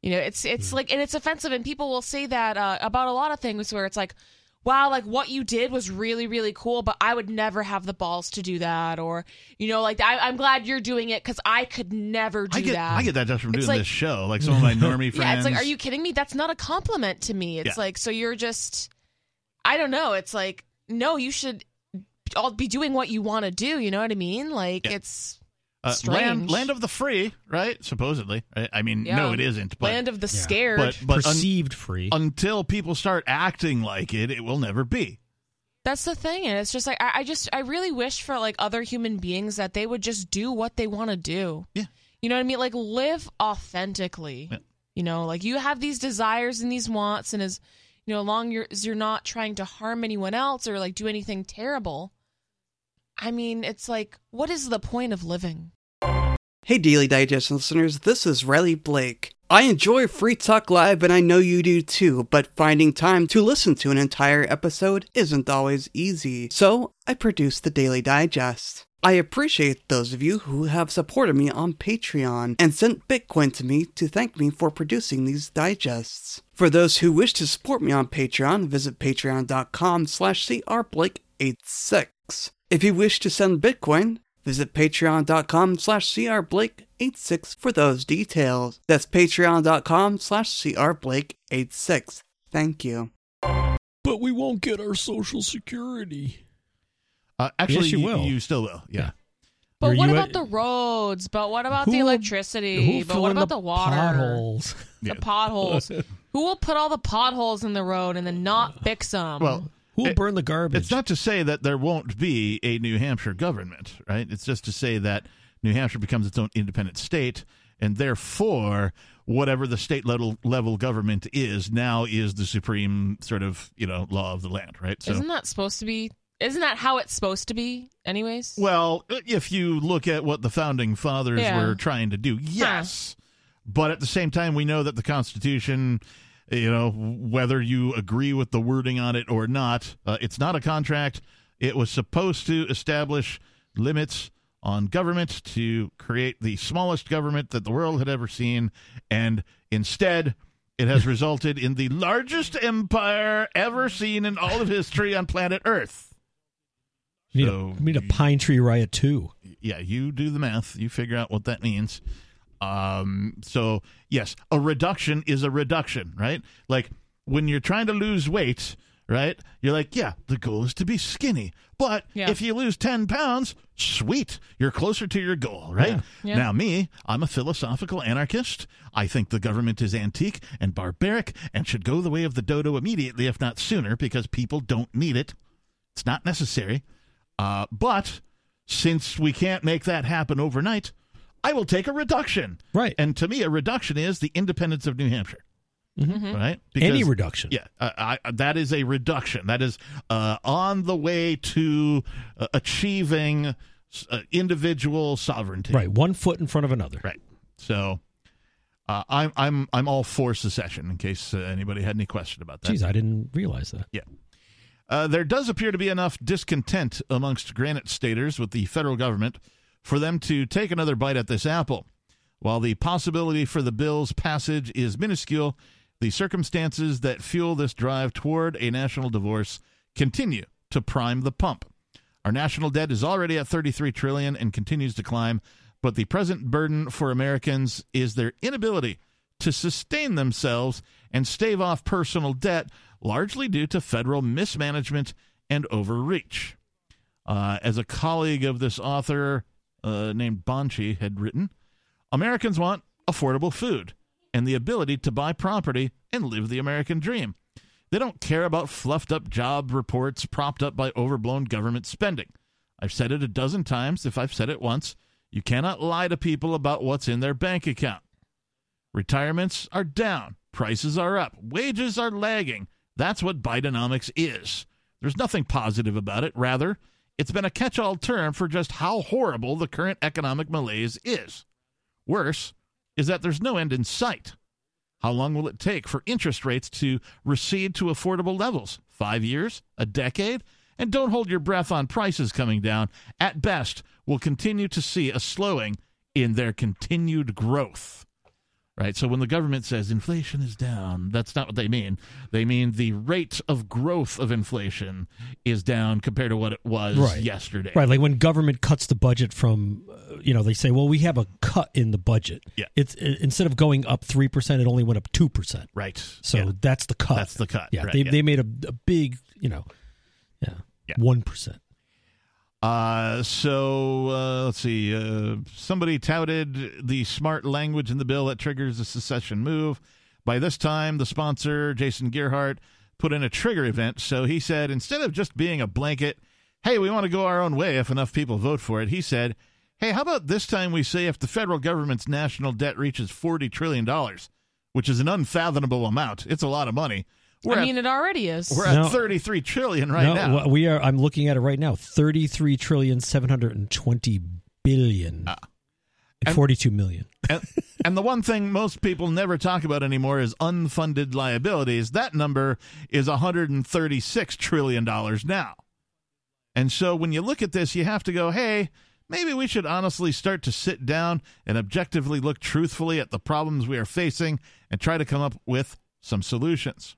S4: You know, it's
S2: Mm-hmm.
S4: it's like, and it's offensive, and people will say that uh, about a lot of things where it's like, wow, like what you did was really really cool, but I would never have the balls to do that, or you know, like I, I'm glad you're doing it because I could never do
S2: I get
S4: that.
S2: I get that just from
S4: It's
S2: doing
S4: like-
S2: this show. Like some of my normie friends.
S4: Yeah, it's like, are you kidding me? That's not a compliment to me. It's
S2: Yeah.
S4: like, so you're just, I don't know. It's like, no, you should all be doing what you want to do. You know what I mean? Like,
S2: Yeah.
S4: it's
S2: uh, land
S4: strange.
S2: land of the free, right? Supposedly. I, I mean,
S4: Yeah.
S2: no, it isn't. But
S4: land of the
S3: Yeah.
S4: scared.
S2: but but un-
S3: Perceived free.
S2: until people start acting like it, it will never be.
S4: That's the thing. And it's just like, I, I just, I really wish for like other human beings that they would just do what they want to do.
S2: Yeah.
S4: You know what I mean? Like, live authentically.
S2: Yeah.
S4: You know, like you have these desires and these wants, and as, you know, long you're, as you're not trying to harm anyone else or like do anything terrible. I mean, it's like, what is the point of living?
S5: Hey, Daily Digest listeners, this is Riley Blake. I enjoy Free Talk Live, and I know you do too, but finding time to listen to an entire episode isn't always easy, so I produce the Daily Digest. I appreciate those of you who have supported me on Patreon and sent Bitcoin to me to thank me for producing these digests. For those who wish to support me on Patreon, visit patreon.com slash crblake86. If you wish to send Bitcoin, Visit patreon.com slash crblake86 for those details. That's patreon.com slash crblake86. Thank you.
S6: But we won't get our social security.
S2: Uh, actually,
S3: Yes, you will.
S2: still will. Yeah.
S3: Were
S4: But what
S3: you
S4: about
S3: at-
S4: the roads? But what about the
S3: Who will-
S4: electricity?
S3: Who
S4: But
S3: fill
S4: what
S3: in
S4: about the, water?
S3: Potholes.
S4: The
S2: Yeah.
S4: potholes. Who will put all the potholes in the road and then not fix them?
S2: Well,
S3: Who will
S2: It-
S3: burn the garbage?
S2: it's not to say that there won't be a New Hampshire government, right? It's just to say that New Hampshire becomes its own independent state, and therefore, whatever the state level level government is now is the supreme sort of you know law of the land, right? So.
S4: isn't that supposed to be? Isn't that how it's supposed to be? Anyways.
S2: Well, if you look at what the founding fathers
S4: Yeah.
S2: were trying to do, yes. But at the same time, we know that the Constitution, you know, whether you agree with the wording on it or not, uh, it's not a contract. It was supposed to establish limits on government to create the smallest government that the world had ever seen. And instead, it has resulted in the largest empire ever seen in all of history on planet Earth.
S3: We need,
S2: So-
S3: a, we need a pine tree riot too.
S2: yeah, you do the math. You figure out what that means. Um, so yes, a reduction is a reduction, right? Like when you're trying to lose weight, right? You're like, yeah, the goal is to be skinny, but
S4: Yeah.
S2: if you lose ten pounds, sweet, you're closer to your goal, right?
S4: Yeah.
S2: Now me, I'm a philosophical anarchist. I think the government is antique and barbaric and should go the way of the dodo immediately, if not sooner, because people don't need it. It's not necessary. Uh, but since we can't make that happen overnight, I will take a reduction.
S3: Right.
S2: And to me, a reduction is the independence of New Hampshire. Right?
S3: Mm-hmm. Any
S2: Because-
S3: reduction.
S2: Yeah, I, I, that is a reduction. That is uh, on the way to uh, achieving uh, individual sovereignty.
S3: Right. One foot in front of another.
S2: Right. So uh, I'm I'm I'm all for secession. In case uh, anybody had any question about that.
S3: Jeez, I didn't realize that.
S2: Uh, there does appear to be enough discontent amongst Granite Staters with the federal government for them to take another bite at this apple. While the possibility for the bill's passage is minuscule, the circumstances that fuel this drive toward a national divorce continue to prime the pump. Our national debt is already at 33 trillion and continues to climb, but the present burden for Americans is their inability to sustain themselves and stave off personal debt, largely due to federal mismanagement and overreach. Uh, as a colleague of this author uh, named Bonchi had written, Americans want affordable food and the ability to buy property and live the American dream. They don't care about fluffed up job reports propped up by overblown government spending. I've said it a dozen times if I've said it once. You cannot lie to people about what's in their bank account. Retirements are down, prices are up, wages are lagging. That's what Bidenomics is. There's nothing positive about it. Rather, it's been a catch all term for just how horrible the current economic malaise is. Worse is that there's no end in sight. How long will it take for interest rates to recede to affordable levels? Five years? A decade? And don't hold your breath on prices coming down. At best, we'll continue to see a slowing in their continued growth. Right? So when the government says inflation is down, that's not what they mean. They mean the rate of growth of inflation is down compared to what it was
S3: Right.
S2: yesterday.
S3: Right, like when government cuts the budget from, uh, you know, they say, well, we have a cut in the budget.
S2: Yeah.
S3: It's i- instead of going up three percent, it only went up two percent.
S2: Right.
S3: So
S2: Yeah.
S3: that's the cut.
S2: That's the cut,
S3: Yeah,
S2: right,
S3: they
S2: yeah.
S3: they made a, a big, you know, yeah,
S2: Yeah.
S3: one percent.
S2: Uh, so uh, let's see. Uh, somebody touted the smart language in the bill that triggers a secession move. By this time, the sponsor, Jason Gearhart, put in a trigger event. So he said, instead of just being a blanket, hey, we want to go our own way if enough people vote for it, he said, hey, how about this time we say if the federal government's national debt reaches $40 trillion, which is an unfathomable amount, it's a lot of money. We're,
S4: I
S2: at,
S4: mean, it already is.
S2: we're
S3: No.
S2: at 33 trillion right
S3: no,
S2: now.
S3: wh- we are. I'm looking at it right now. Thirty three
S2: Ah.
S3: trillion seven hundred and twenty billion. and
S2: and-
S3: forty two million.
S2: and, And the one thing most people never talk about anymore is unfunded liabilities. That number is $136 trillion now. And so when you look at this, you have to go, hey, maybe we should honestly start to sit down and objectively look truthfully at the problems we are facing and try to come up with some solutions.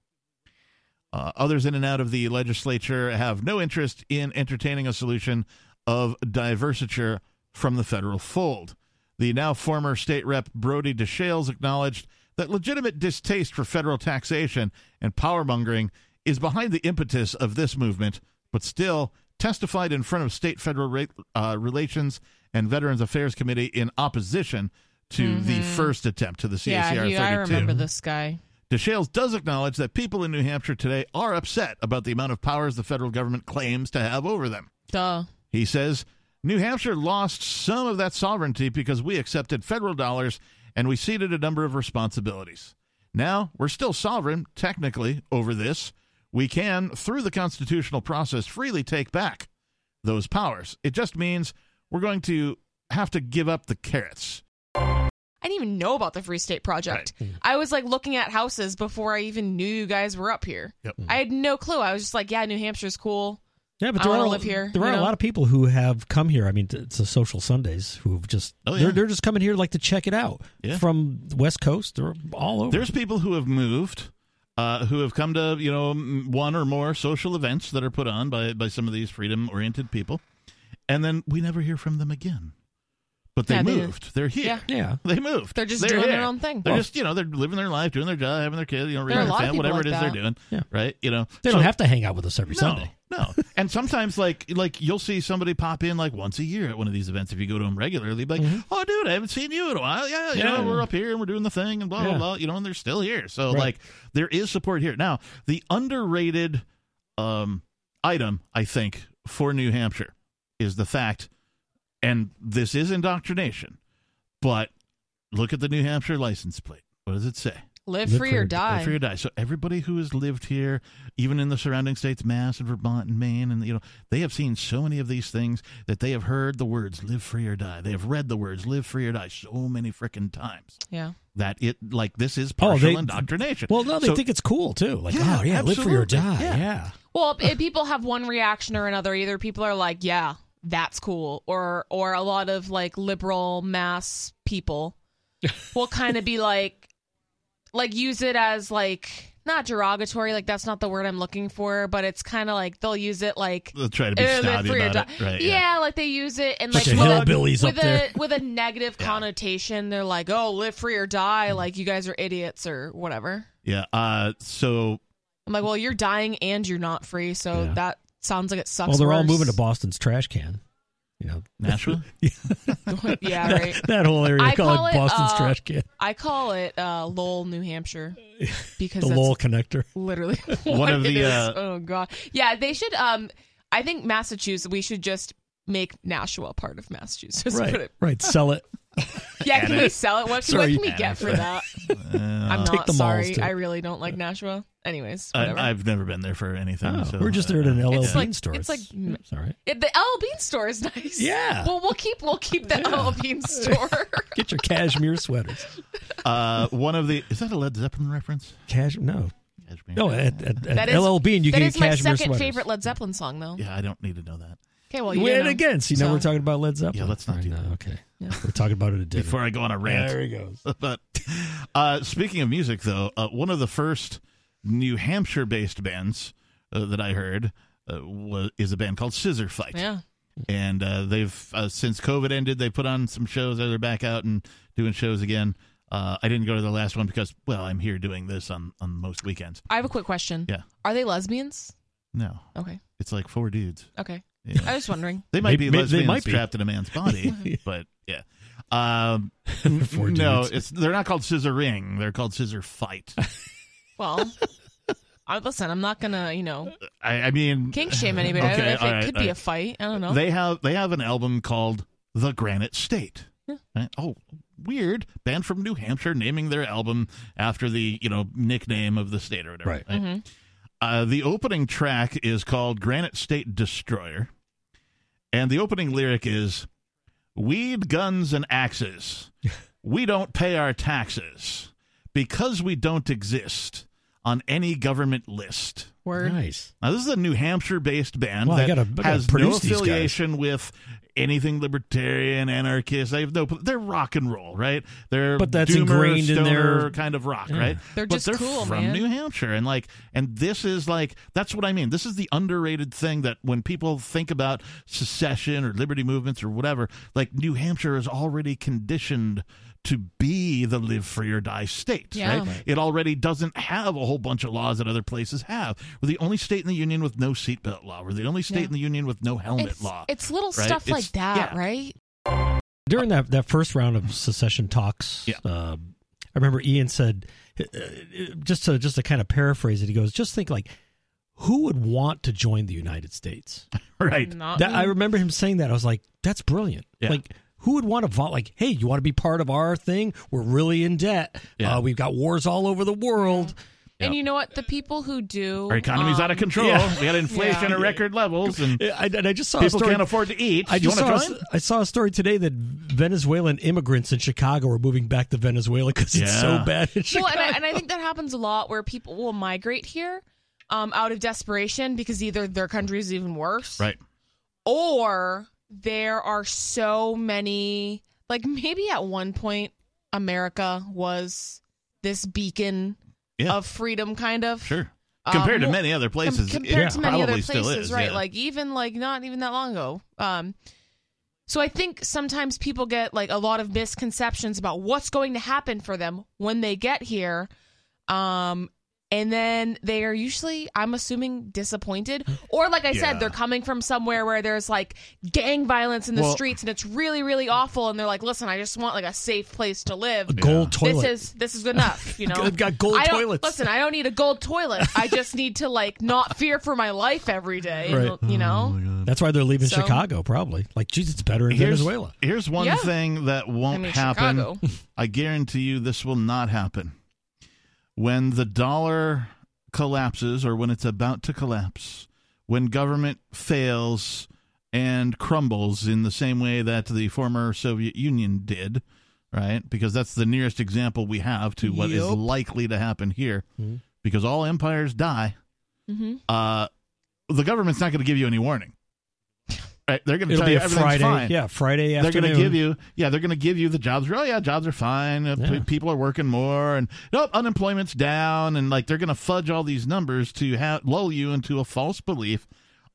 S2: Uh, others in and out of the legislature have no interest in entertaining a solution of diversiture from the federal fold. The now former state rep Brody DeShales acknowledged that legitimate distaste for federal taxation and power mongering is behind the impetus of this movement, but still testified in front of state federal Re- uh, relations and Veterans Affairs Committee in opposition to the first attempt to the CACR
S4: Mm-hmm. yeah,
S2: 32.
S4: he- I remember this guy.
S2: DeShales does acknowledge that people in New Hampshire today are upset about the amount of powers the federal government claims to have over them.
S4: Duh.
S2: He says New Hampshire lost some of that sovereignty because we accepted federal dollars and we ceded a number of responsibilities. Now, we're still sovereign, technically, over this. We can, through the constitutional process, freely take back those powers. It just means we're going to have to give up the carrots.
S4: I didn't even know about the Free State Project.
S2: Mm.
S4: I was like looking at houses before I even knew you guys were up here.
S2: Yep.
S4: I had no clue. I was just like, yeah, New Hampshire's cool.
S3: Yeah, but
S4: I
S3: there
S4: wanna
S3: are
S4: live here,
S3: There
S4: you
S3: are a
S4: know?
S3: lot of people who have come here. I mean, t- it's a social Sundays who've just
S2: Oh, yeah.
S3: they're they're just coming here like to check it out
S2: Yeah.
S3: from the West Coast or all over.
S2: There's people who have moved, uh, who have come to you know m- one or more social events that are put on by by some of these freedom oriented people, and then we never hear from them again. But they
S4: Yeah, they-
S2: moved. They, are here.
S4: Yeah.
S3: yeah,
S2: They moved.
S4: They're just doing
S2: here.
S4: their own thing.
S2: They're just you know they're living their life, doing their job, having their kids, you know,
S4: There are
S2: raising
S4: a
S2: their
S4: lot of
S2: family,
S4: people
S2: whatever
S4: like
S2: it is
S4: that.
S2: they're doing.
S3: Yeah.
S2: Right? You know,
S3: they
S2: So-
S3: don't have to hang out with us every
S2: no,
S3: Sunday.
S2: No. And sometimes like like you'll see somebody pop in like once a year at one of these events if you go to them regularly, like, "Oh dude, I haven't seen you in a while. Yeah, you know,
S3: Mm-hmm. Yeah.
S2: we're up here and we're doing the thing and blah blah
S3: Yeah.
S2: blah, you know, and they're still here." So
S3: Right.
S2: like there is support here. Now, the underrated um item I think for New Hampshire is the fact and this is indoctrination, but look at the New Hampshire license plate. What does it say?
S4: Live,
S3: Live
S4: free
S3: free
S4: or
S3: or-
S4: die.
S2: Live free or die. So everybody who has lived here, even in the surrounding states, Mass and Vermont and Maine, and you know, they have seen so many of these things that they have heard the words "live free or die." They have read the words "live free or die" so many freaking times
S4: Yeah.
S2: that it like this is
S3: Oh,
S2: partial
S3: they-
S2: indoctrination.
S3: Well, no, they
S2: So-
S3: think it's cool too. Like,
S2: Yeah,
S3: oh yeah, live free or
S2: absolutely.
S3: die.
S2: Yeah.
S3: Yeah.
S4: Well, if people have one reaction or another. Either people are like, "Yeah, that's cool," or or a lot of like liberal mass people will kind of be like, like use it as like not derogatory, like that's not the word I'm looking for, but it's kind of like they'll use it like.
S2: they'll try to be
S4: "Eh, live
S2: snobby
S4: free or
S2: about
S4: die."
S2: it, right?
S4: yeah. like they use it and like
S3: Bunch of
S4: with,
S3: hillbillies
S4: a,
S3: up
S4: with, a,
S3: there.
S4: with a negative connotation, they're like, "Oh, live free or die," like you guys are idiots or whatever.
S2: yeah. Uh, so
S4: I'm like, well, you're dying and you're not free, so
S3: Yeah.
S4: that sounds like it sucks.
S3: Well, they're all
S4: worse.
S3: moving to Boston's trash can. You know,
S2: Nashua?
S4: yeah, right.
S3: that whole area.
S4: I
S3: they call,
S4: call
S3: it
S4: it,
S3: Boston's
S4: uh,
S3: trash can.
S4: I call it uh, Lowell, New Hampshire, because
S3: The
S4: that's
S3: Lowell connector.
S4: literally what
S2: One of
S4: it
S2: the,
S4: is.
S2: uh,
S4: oh god, yeah. They should. Um, I think Massachusetts. We should just make Nashua part of Massachusetts. Put
S3: Right.
S4: it,
S3: Right. Sell it.
S4: yeah, can we
S2: Annex.
S4: sell it? What, what
S3: Sorry.
S4: can we get for that? I'm
S2: Uh,
S3: Take
S4: not
S3: the malls,
S4: sorry.
S3: too.
S4: I really don't like Nashua. Anyways, whatever.
S2: I, I've never been there for anything.
S3: Oh,
S2: so,
S3: we're just there at an
S2: uh,
S3: LL
S4: It's
S3: Bean
S4: like-
S3: store.
S4: it's like-
S3: it's all right.
S4: It- the L Bean store is nice.
S3: Yeah.
S4: Well, we'll keep we'll keep the L Bean store.
S3: Get your cashmere sweaters.
S2: uh, one of the is that a Led Zeppelin reference?
S3: Cash? No, no. At, at, at
S4: That is-
S3: LL Bean, you
S4: that
S3: get
S4: is my
S3: cashmere
S4: second
S3: sweaters.
S4: favorite Led Zeppelin song, though.
S2: Yeah, I don't need to know that.
S4: Okay, well, you
S3: Win
S4: know.
S3: again. So you know
S4: So-
S3: we're talking about Led Zeppelin.
S2: Yeah, let's not
S3: Right,
S2: do
S3: no,
S2: that.
S3: Okay,
S4: Yeah.
S3: we're talking about it a different.
S2: Before I go on a rant.
S3: There he goes.
S2: but uh, speaking of music, though, uh, one of the first New Hampshire-based bands uh, that I heard uh, was, is a band called Scissor Fight,
S4: Yeah.
S2: and uh, they've uh, since COVID ended, they put on some shows. They're back out and doing shows again. Uh, I didn't go to the last one because, well, I'm here doing this on on most weekends.
S4: I have a quick question.
S2: Yeah.
S4: Are they lesbians?
S2: No,
S4: Okay.
S2: it's like four dudes.
S4: Okay.
S2: Yeah.
S4: I was wondering.
S2: They might
S3: Maybe-
S2: be
S3: maybe they
S2: lesbians
S3: might be.
S2: trapped in a man's body, but yeah. Um,
S3: Four
S2: no,
S3: dudes.
S2: it's they're not called Scissor Ring. They're called Scissor Fight.
S4: Well, I, listen, I'm not going to, you know,
S2: I, I mean,
S4: kink shame anybody. I don't
S2: Okay,
S4: know if
S2: all
S4: it
S2: right,
S4: could
S2: all
S4: be a
S2: right.
S4: fight. I don't know.
S2: They have they have an album called The Granite State. Right? Oh, weird band from New Hampshire naming their album after the you know nickname of the state or whatever.
S3: Right.
S4: Mm-hmm.
S2: Uh, the opening track is called Granite State Destroyer, and the opening lyric is "Weed, guns, and axes." we don't pay our taxes because we don't exist on any government list.
S4: Word.
S7: Nice.
S2: Now, this is a New Hampshire based band
S3: Well, I
S2: that
S3: gotta- I gotta
S2: has no
S3: produce these guys.
S2: affiliation with anything libertarian, anarchist. They have no, they're rock and roll, right? They're
S3: But that's
S2: doomer,
S3: ingrained in their-
S2: stoner kind of rock,
S3: Yeah.
S2: right?
S4: They're
S2: but
S4: just
S2: they're
S4: cool,
S2: from
S4: man.
S2: New Hampshire, and like, and this is like, that's what I mean. This is the underrated thing that when people think about secession or liberty movements or whatever, like New Hampshire is already conditioned to be the live free or die state,
S4: Yeah.
S2: right? It already doesn't have a whole bunch of laws that other places have. We're the only state in the union with no seatbelt law. We're the only state
S4: Yeah.
S2: in the union with no helmet
S4: It's,
S2: law.
S4: it's little
S2: right?
S4: stuff
S2: It's-
S4: like that,
S2: yeah.
S4: right?
S3: During that, that first round of secession talks,
S2: Yeah.
S3: uh, I remember Ian said, uh, just to just to kind of paraphrase it, he goes, "Just think like, who would want to join the United States?"
S4: Uh,
S2: right.
S4: Not
S3: That,
S4: me.
S3: I remember him saying that. I was like, "That's brilliant!"
S2: Yeah.
S3: Like, who would want to vol- like, "Hey, you want to be part of our thing? We're really in debt.
S2: Yeah.
S3: Uh, we've got wars all over the world."
S4: And you know what? The people who do
S2: Our economy's
S4: um,
S2: out of control. We got inflation
S4: Yeah.
S2: at record levels, and
S3: I, and I just saw a
S2: people
S3: story.
S2: can't afford to eat.
S3: I
S2: Do you
S3: just saw
S2: want
S3: a
S2: to
S3: s-
S2: join?
S3: I saw a story today that Venezuelan immigrants in Chicago are moving back to Venezuela because it's so
S2: Yeah.
S3: bad in Chicago.
S4: Well, and I, and I think that happens a lot where people will migrate here um, out of desperation because either their country is even worse,
S2: Right.
S4: or there are so many. Like maybe at one point, America was this beacon
S2: Yeah.
S4: of freedom, kind of.
S2: Sure.
S4: Um,
S2: Compared to
S4: well,
S2: many other
S4: Com-
S2: places,
S4: compared
S2: it
S4: to many
S2: probably
S4: other
S2: still
S4: places,
S2: is.
S4: right?
S2: yeah.
S4: Like even like not even that long ago. Um, so I think sometimes people get like a lot of misconceptions about what's going to happen for them when they get here, um, and then they are usually, I'm assuming, disappointed. Or like I
S2: Yeah.
S4: said, they're coming from somewhere where there's like gang violence in the
S2: Well-
S4: streets, and it's really really awful. And they're like, listen, I just want like a safe place to live.
S3: a gold
S4: This
S3: toilet.
S4: is this is good enough, you know.
S3: I've got gold
S4: I don't-
S3: toilets.
S4: Listen, I don't need a gold toilet. I just need to like not fear for my life every day.
S3: Right.
S4: You know,
S3: That's why they're leaving
S4: So-
S3: Chicago, probably. Like, geez, it's better in
S2: Here's,
S3: Venezuela.
S2: here's one
S4: Yeah.
S2: thing that won't
S4: I mean
S2: happen.
S4: Chicago.
S2: I guarantee you this will not happen. When the dollar collapses or when it's about to collapse, when government fails and crumbles in the same way that the former Soviet Union did, right? Because that's the nearest example we have to what is
S4: Yup.
S2: likely to happen here.
S3: Mhm.
S2: Because all empires die.
S4: hmm
S2: Uh, the government's not going to give you any warning. Right? They're going to
S3: It'll
S2: tell
S3: be
S2: you
S3: a
S2: everything's
S3: Friday.
S2: fine
S3: Yeah, Friday afternoon.
S2: they're going to give you yeah they're going to give you the jobs oh yeah jobs are fine uh, p-
S3: Yeah.
S2: people are working more and nope unemployment's down and like they're going to fudge all these numbers to ha- lull you into a false belief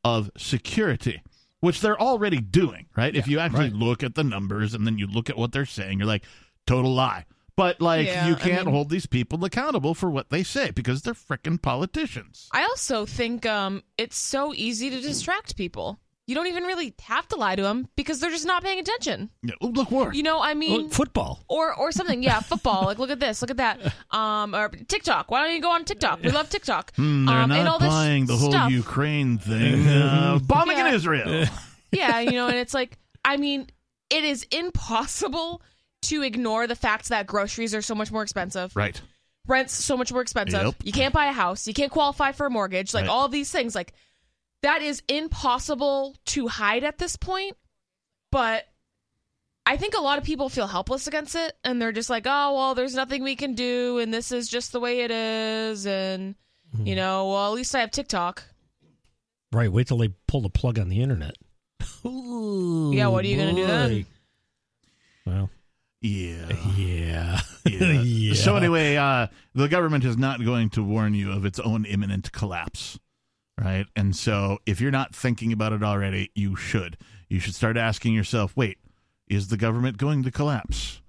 S2: of security which they're already doing right if you actually look at the numbers and then you look at what they're saying you're like total lie but like
S4: Yeah,
S2: you
S4: I
S2: can't
S4: mean-
S2: hold these people accountable for what they say because they're frickin' politicians
S4: I also think um, it's so easy to distract people. You don't even really have to lie to them because they're just not paying attention.
S2: Yeah, oh, look war
S4: You know, I
S3: Well,
S4: mean,
S3: football.
S4: or or something. Yeah, football. like, look at this, look at that. Um, or TikTok. Why don't you go on TikTok? We love TikTok.
S2: Hmm, they're
S4: um, and all
S2: not
S4: this
S2: buying the whole
S4: stuff.
S2: Ukraine thing. Uh, bombing in
S4: Yeah.
S2: Israel.
S4: yeah, you know, and it's like, I mean, it is impossible to ignore the fact that groceries are so much more expensive,
S2: Right.
S4: rent's so much more expensive.
S2: Yep.
S4: You can't buy a house, you can't qualify for a mortgage, like
S2: Right.
S4: all these things, like that is impossible to hide at this point. But I think a lot of people feel helpless against it, and they're just like, "Oh, well, there's nothing we can do, and this is just the way it is." And
S2: Hmm.
S4: you know, well, at least I have TikTok.
S3: Right. Wait till they pull the plug on the internet. Ooh,
S4: Yeah, what are you gonna do then?
S3: boy. Well,
S2: Yeah.
S3: yeah.
S2: Yeah.
S3: Yeah.
S2: So anyway, uh, the government is not going to warn you of its own imminent collapse, right? And so, if you're not thinking about it already, you should. You should start asking yourself, wait, is the government going to collapse?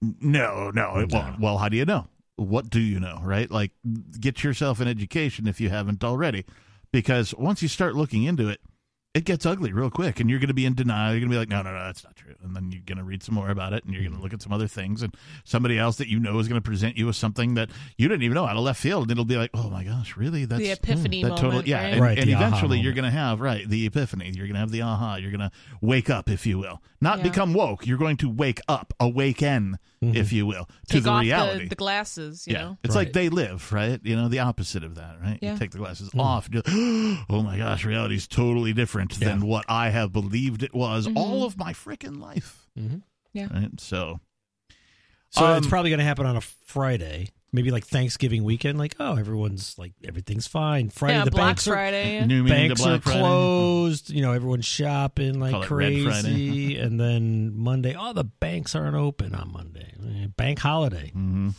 S2: No, no, it won't. Well, how do you know? What do you know, right? Like, get yourself an education if you haven't already, because once you start looking into it, it gets ugly real quick, and you're going to be in denial. You're going to be like, no, no, no, that's not true. And then you're going to read some more about it, and you're going
S3: Mm-hmm.
S2: to look at some other things, and somebody else that you know is going to present you with something that you didn't even know out of left field. And it'll be like, oh my gosh, really? That's
S4: the epiphany
S2: that
S4: moment,
S2: total, yeah.
S4: right?
S2: And,
S3: Right,
S2: and
S3: the aha
S2: eventually you're
S3: moment.
S2: going to have, right, the epiphany. You're going to have the aha. You're going to wake up, if you will. Not
S4: Yeah.
S2: become woke. You're going to wake up, awaken,
S3: Mm-hmm.
S2: if you will, to
S4: Take
S2: the
S4: off
S2: reality.
S4: The, the glasses, you
S2: yeah.
S4: know.
S2: It's like
S3: Right.
S2: they live, right? You know, the opposite of that, right?
S4: Yeah.
S2: You take the glasses
S3: Mm.
S2: off. And you oh my gosh, reality's totally different than what I have believed it was all of my freaking life.
S3: Mhm.
S4: Mm-hmm. Yeah.
S2: Right? So
S3: So
S2: Um,
S3: it's probably going to happen on a Friday, maybe like Thanksgiving weekend. Like, oh, everyone's like everything's fine. Friday,
S4: yeah,
S3: the
S4: Black
S3: banks are
S4: Friday.
S2: New meaning to
S3: banks
S2: Black
S3: are
S2: Friday.
S3: closed. You know, everyone's shopping like
S2: Call it Red Friday.
S3: crazy. and then Monday, oh, the banks aren't open on Monday. Eh, Bank holiday.
S2: Mhm.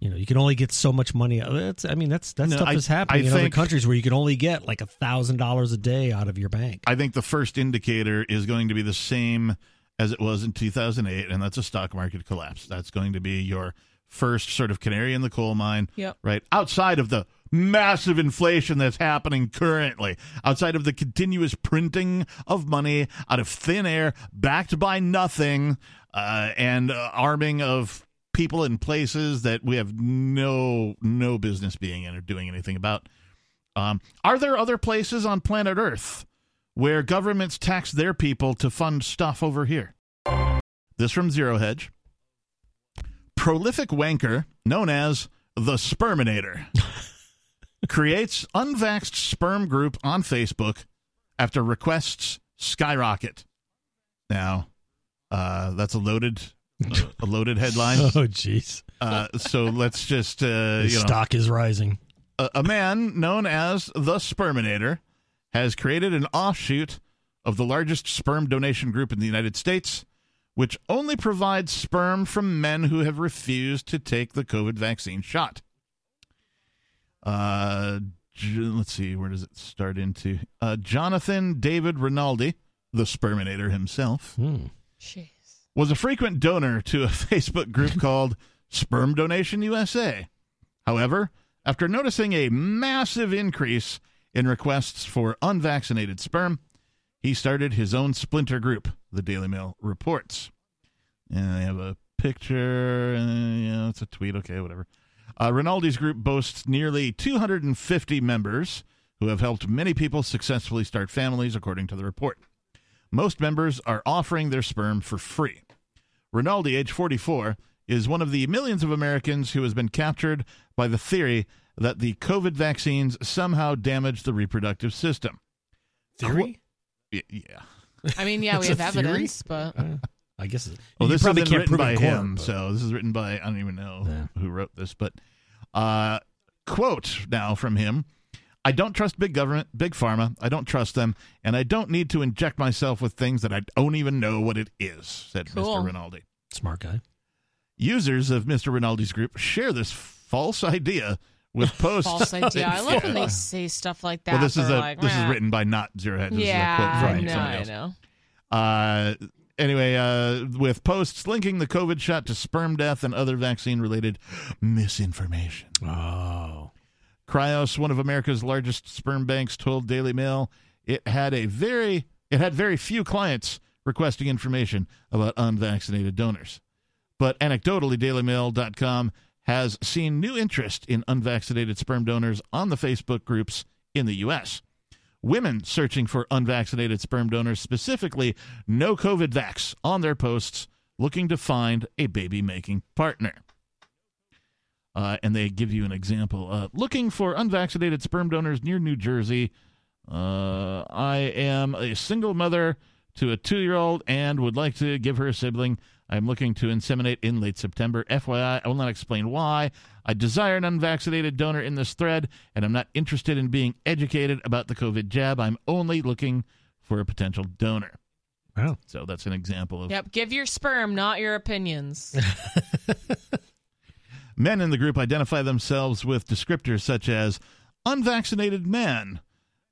S3: You know, you can only get so much money. Uh, That's, I mean, that's that
S2: No,
S3: stuff
S2: I-
S3: is
S2: I
S3: happening in other
S2: think-
S3: countries where you can only get like a thousand dollars a day out of your bank.
S2: I think the first indicator is going to be the same as it was in 2008, and that's a stock market collapse. That's going to be your first sort of canary in the coal mine,
S4: Yep.
S2: right? Outside of the massive inflation that's happening currently, outside of the continuous printing of money out of thin air, backed by nothing, uh, and uh, arming of people in places that we have no no business being in or doing anything about. Um, are there other places on planet Earth where governments tax their people to fund stuff over here? This from Zero Hedge. Prolific wanker known as the Sperminator creates unvaxxed sperm group on Facebook after requests skyrocket. Now, uh, that's a loaded, uh, a loaded headline.
S3: Oh, jeez,
S2: Uh, so let's just uh,
S3: the
S2: you know,
S3: stock is rising.
S2: a, a man known as the Sperminator has created an offshoot of the largest sperm donation group in the United States, which only provides sperm from men who have refused to take the COVID vaccine shot. Uh, J- let's see, where does it start into? Uh, Jonathan David Rinaldi, the Sperminator himself,
S3: Hmm.
S4: Jeez.
S2: was a frequent donor to a Facebook group called Sperm Donation USA. However, after noticing a massive increase in requests for unvaccinated sperm, he started his own splinter group, the Daily Mail reports. And they have a picture, and, yeah, it's a tweet, okay, whatever. Uh, Rinaldi's group boasts nearly 250 members who have helped many people successfully start families, according to the report. Most members are offering their sperm for free. Rinaldi, age 44, is one of the millions of Americans who has been captured by the theory that the COVID vaccines somehow damage the reproductive system.
S3: Theory?
S2: Y- Yeah.
S4: I mean, yeah, we
S3: It's
S4: have
S3: a theory?
S4: evidence, but
S3: Uh, I guess. It,
S2: Well,
S3: you
S2: this
S3: probably
S2: isn't
S3: can't
S2: written
S3: prove
S2: by
S3: it in court,
S2: him,
S3: but-
S2: so this is written by I don't even know
S3: Yeah.
S2: who wrote this, but uh, quote now from him: "I don't trust big government, big pharma. I don't trust them, and I don't need to inject myself with things that I don't even know what it is," said
S4: Cool.
S2: Mr. Rinaldi.
S3: smart guy.
S2: Users of Mr. Rinaldi's group share this false idea with posts.
S4: false idea. I love when
S2: Yeah.
S4: they say stuff like that.
S2: well, this
S4: but
S2: is
S4: we're
S2: a
S4: like,
S2: this is
S4: "Meh."
S2: written by not Zero Hedge. This
S4: Yeah,
S2: is a quote
S4: I
S2: from
S4: know,
S2: somebody
S4: I
S2: else.
S4: know.
S2: Uh, anyway, uh, with posts linking the COVID shot to sperm death and other vaccine related misinformation.
S3: Oh,
S2: Cryos, one of America's largest sperm banks, told Daily Mail it had a very it had very few clients requesting information about unvaccinated donors. But anecdotally, DailyMail.com has seen new interest in unvaccinated sperm donors on the Facebook groups in the U.S. Women searching for unvaccinated sperm donors, specifically no COVID vax, on their posts looking to find a baby making partner uh, and they give you an example. Uh, looking for unvaccinated sperm donors near New Jersey. Uh, I am a single mother to a two year old and would like to give her a sibling. I'm looking to inseminate in late September. FYI, I will not explain why. I desire an unvaccinated donor in this thread, and I'm not interested in being educated about the COVID jab. I'm only looking for a potential donor.
S3: wow.
S2: So that's an example of
S4: Yep, give your sperm, not your opinions.
S2: Men in the group identify themselves with descriptors such as unvaccinated men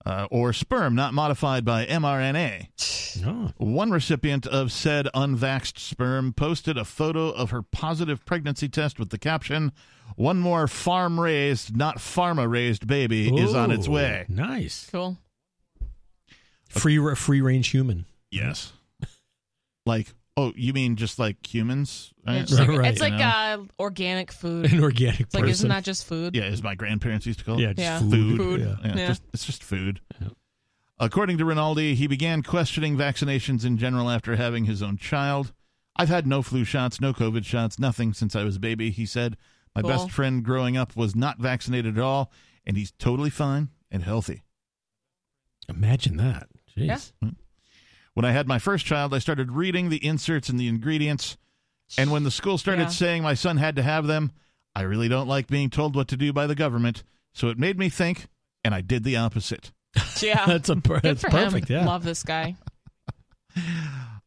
S2: uh, or sperm not modified by mRNA.
S3: No.
S2: One recipient of said unvaxxed sperm posted a photo of her positive pregnancy test with the caption, One more farm raised, not pharma raised baby is on its
S3: Ooh,
S2: way.
S3: Nice.
S4: cool.
S3: Free ra- free range human.
S2: Yes. Like, oh, you mean just like humans?
S4: Yeah,
S2: right?
S4: just like-
S3: Right,
S4: it's
S2: you
S4: like
S2: know?
S4: uh, organic food. It's
S3: An organic
S4: like,
S3: person.
S4: isn't that just food?
S2: Yeah, as my grandparents used to call it.
S3: yeah, just
S4: Yeah.
S3: food.
S4: Food.
S3: Yeah.
S2: Yeah,
S4: Yeah.
S2: Just, it's just food.
S3: Yeah.
S2: According to Rinaldi, he began questioning vaccinations in general after having his own child. I've had no flu shots, no COVID shots, nothing since I was a baby, he said. My
S4: Cool.
S2: best friend growing up was not vaccinated at all, and he's totally fine and healthy.
S3: Imagine that. Jeez.
S4: Yeah.
S2: When I had my first child, I started reading the inserts and the ingredients And when the school started
S4: Yeah.
S2: saying my son had to have them, I really don't like being told what to do by the government. So it made me think, and I did the opposite.
S4: Yeah.
S3: That's a per-
S4: Good
S3: that's
S4: for
S3: perfect.
S4: him.
S3: Yeah.
S4: Love this guy.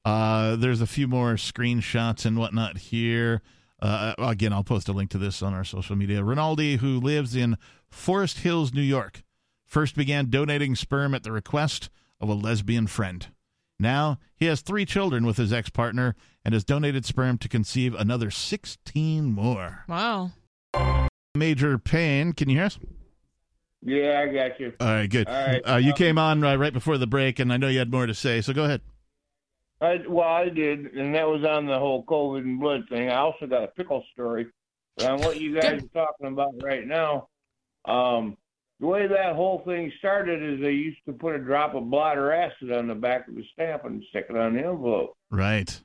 S2: Uh, there's a few more screenshots and whatnot here. Uh, again, I'll post a link to this on our social media. Rinaldi, who lives in Forest Hills, New York, first began donating sperm at the request of a lesbian friend. Now he has three children with his ex partner and has donated sperm to conceive another 16 more.
S4: Wow.
S2: Major Payne, can you hear us?
S7: Yeah, I got you.
S2: All right, good.
S7: All right. um,
S2: Uh, you came on uh, right before the break, and I know you had more to say, so go ahead.
S7: I, well, I did, and that was on the whole COVID and blood thing. I also got a pickle story. But on what you guys
S4: Good.
S7: are talking about right now, um, the way that whole thing started is they used to put a drop of blotter acid on the back of the stamp and stick it on the envelope.
S2: Right.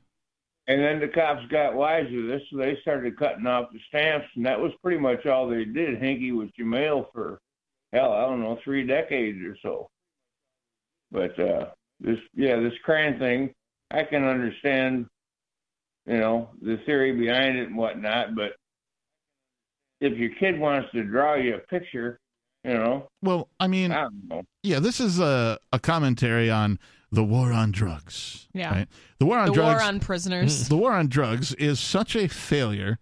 S7: And then the cops got wise to this, so they started cutting off the stamps, and that was pretty much all they did. Hinky was your mail for, hell, I don't know, three decades or so. But uh, this, yeah, this Cran thing, I can understand, you know, the theory behind it and whatnot. But if your kid wants to draw you a picture, you know,
S2: Well, I
S7: I
S2: mean,
S7: don't know.
S2: Yeah, this is a, a commentary on the war on drugs.
S4: Yeah.
S2: right? The war on
S4: The
S2: drugs Mm.
S4: war on prisoners.
S2: the war on drugs is such a failure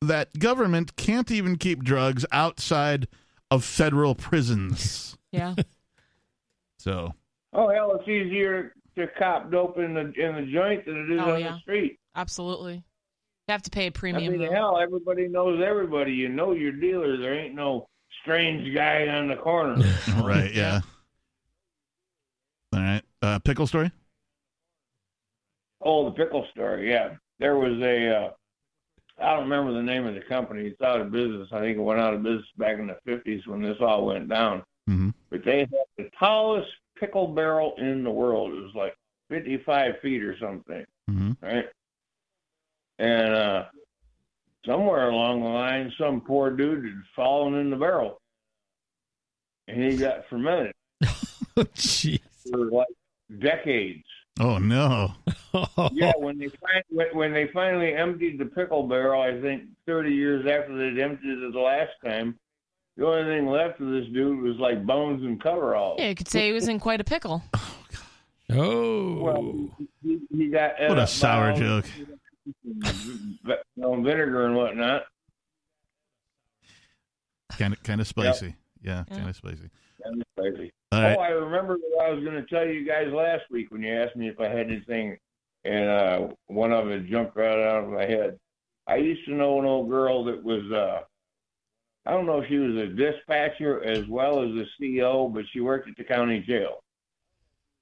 S2: that government can't even keep drugs outside of federal prisons.
S4: yeah.
S2: so
S7: Oh hell, it's easier to cop dope in the in the joint than it is
S4: Oh,
S7: on
S4: yeah.
S7: the street.
S4: Absolutely. You have to pay a
S7: I
S4: premium.
S7: mean,
S4: though.
S7: hell, everybody knows everybody. You know your dealer. There ain't no strange guy on the corner.
S2: right, yeah. All right. Uh, pickle story?
S7: oh, the pickle story. Yeah, there was a. Uh, I don't remember the name of the company. It's out of business. I think it went out of business back in the fifties when this all went down.
S2: Mhm.
S7: But they had the tallest pickle barrel in the world. It was like fifty-five feet or something.
S2: Mm-hmm.
S7: right? And uh, somewhere along the line, some poor dude had fallen in the barrel, and he got fermented
S3: Jeez.
S7: for like decades.
S2: Oh, no.
S3: Oh.
S7: Yeah, when they fin- when, when they finally emptied the pickle barrel, I think 30 years after they'd emptied it the last time, the only thing left of this dude was like bones and coveralls.
S4: Yeah, you could say he was in quite a pickle.
S3: Oh.
S7: Well, he, he got ate
S2: What a
S7: up
S2: sour
S7: by all
S2: joke.
S7: the vinegar and whatnot.
S2: Kind of kind of spicy. Yeah,
S4: Yeah.
S2: kind of spicy.
S7: That's crazy.
S2: All right.
S7: Oh, I remember what I was going to tell you guys last week when you asked me if I had anything, and uh, one of it jumped right out of my head. I used to know an old girl that was, uh, I don't know if she was a dispatcher as well as a CEO, but she worked at the county jail.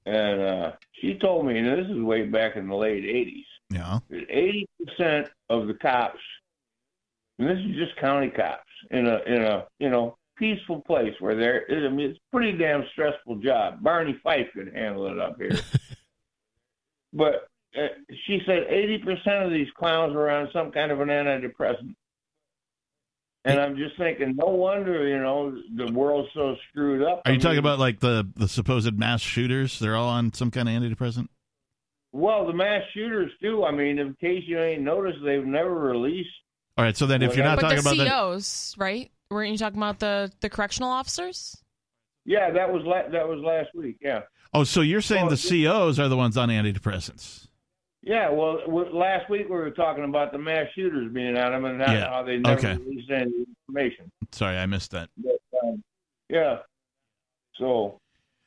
S7: And uh, she told me, and this is way back in the late 80s,
S2: Yeah.
S7: eighty percent of the cops, and this is just county cops in a in a you know peaceful place where they're. It, I mean, it's a pretty damn stressful job. Barney Fife could handle it up here, but uh, she said eighty percent of these clowns were on some kind of an antidepressant. And I'm just thinking, no wonder you know the world's so screwed up.
S2: Are
S7: I
S2: you talking
S7: mean,
S2: about like the, the supposed mass shooters? They're all on some kind of antidepressant?
S7: Well, the mass shooters too. I mean, in case you ain't noticed, they've never released
S2: All right. So then if you're not
S4: But
S2: talking
S4: the E
S2: about that.
S4: COs, right? Weren't you talking about the, the correctional officers?
S7: Yeah, that was la- that was last week. Yeah,
S2: Oh, so you're saying
S7: Well,
S2: the COs are the ones on antidepressants?
S7: yeah. Well, w- last week we were talking about the mass shooters being on them and how,
S2: Yeah,
S7: how they never
S2: okay.
S7: released any information.
S2: Sorry, I missed that.
S7: But, um, yeah. So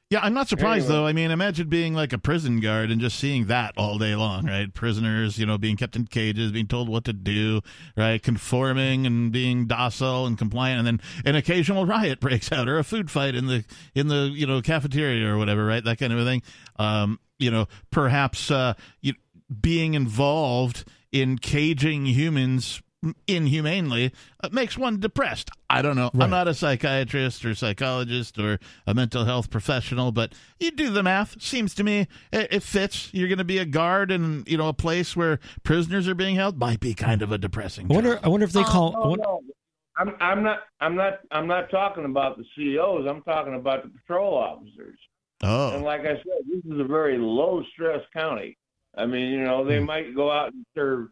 S2: Yeah, I'm not surprised
S7: Anyway.
S2: though. I mean, imagine being like a prison guard and just seeing that all day long, right? Prisoners, you know, being kept in cages, being told what to do, right? Conforming and being docile and compliant, and then an occasional riot breaks out or a food fight in the in the you know cafeteria or whatever, right? That kind of a thing. Um, you know, perhaps uh, you, being involved in caging humans inhumanely uh, makes one depressed. I don't know.
S3: Right.
S2: I'm not a psychiatrist or psychologist or a mental health professional, but you do the math. Seems to me it, it fits. You're going to be a guard in you know a place where prisoners are being held. Might be kind of a depressing.
S3: I wonder.
S2: job.
S3: I wonder if they
S4: Um,
S3: call. I
S7: no,
S3: wonder-
S7: oh, no, I'm I'm not I'm not I'm not talking about the CEOs. I'm talking about the patrol officers. And
S2: Oh,
S7: like I
S2: Hmm.
S7: said, this is a very low stress county. I mean, you know, they might go out and serve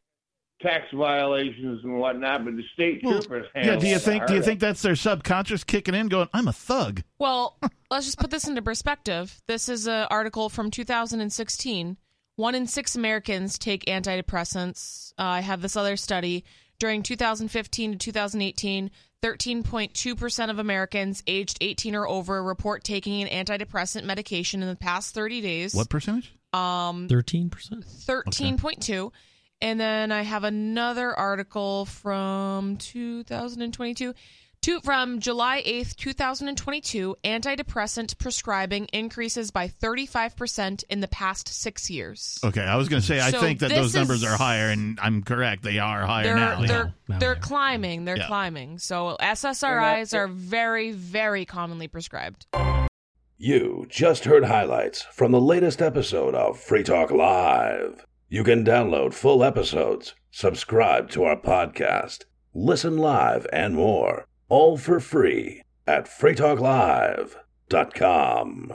S7: tax violations and whatnot, but the state
S2: Well,
S7: troopers handle
S2: Yeah, do you
S7: it.
S2: think do you think that's their subconscious kicking in going, I'm a thug?
S4: Well, let's just put this into perspective. This is an article from 2016. One in six Americans take antidepressants. Uh, I have this other study. During 2015 to 2018, 13.2% of Americans aged 18 or over report taking an antidepressant medication in the past 30 days.
S2: What percentage?
S4: Um,
S3: Thirteen percent.
S4: 13.2 and then i have another article from 2022 Two, from july 8th 2022 antidepressant prescribing increases by 35% in the past six years
S2: Okay, I was going to say I
S4: So
S2: think that
S4: this
S2: those numbers
S4: is-
S2: are higher, and I'm correct. They are higher
S4: they're
S2: now.
S4: they're
S3: Now, now
S4: they're
S3: they are.
S4: climbing they're
S2: Yeah.
S4: climbing so ssris are very very commonly prescribed
S1: You just heard highlights from the latest episode of Free Talk Live. You can download full episodes, subscribe to our podcast, listen live, and more, all for free at freetalklive.com.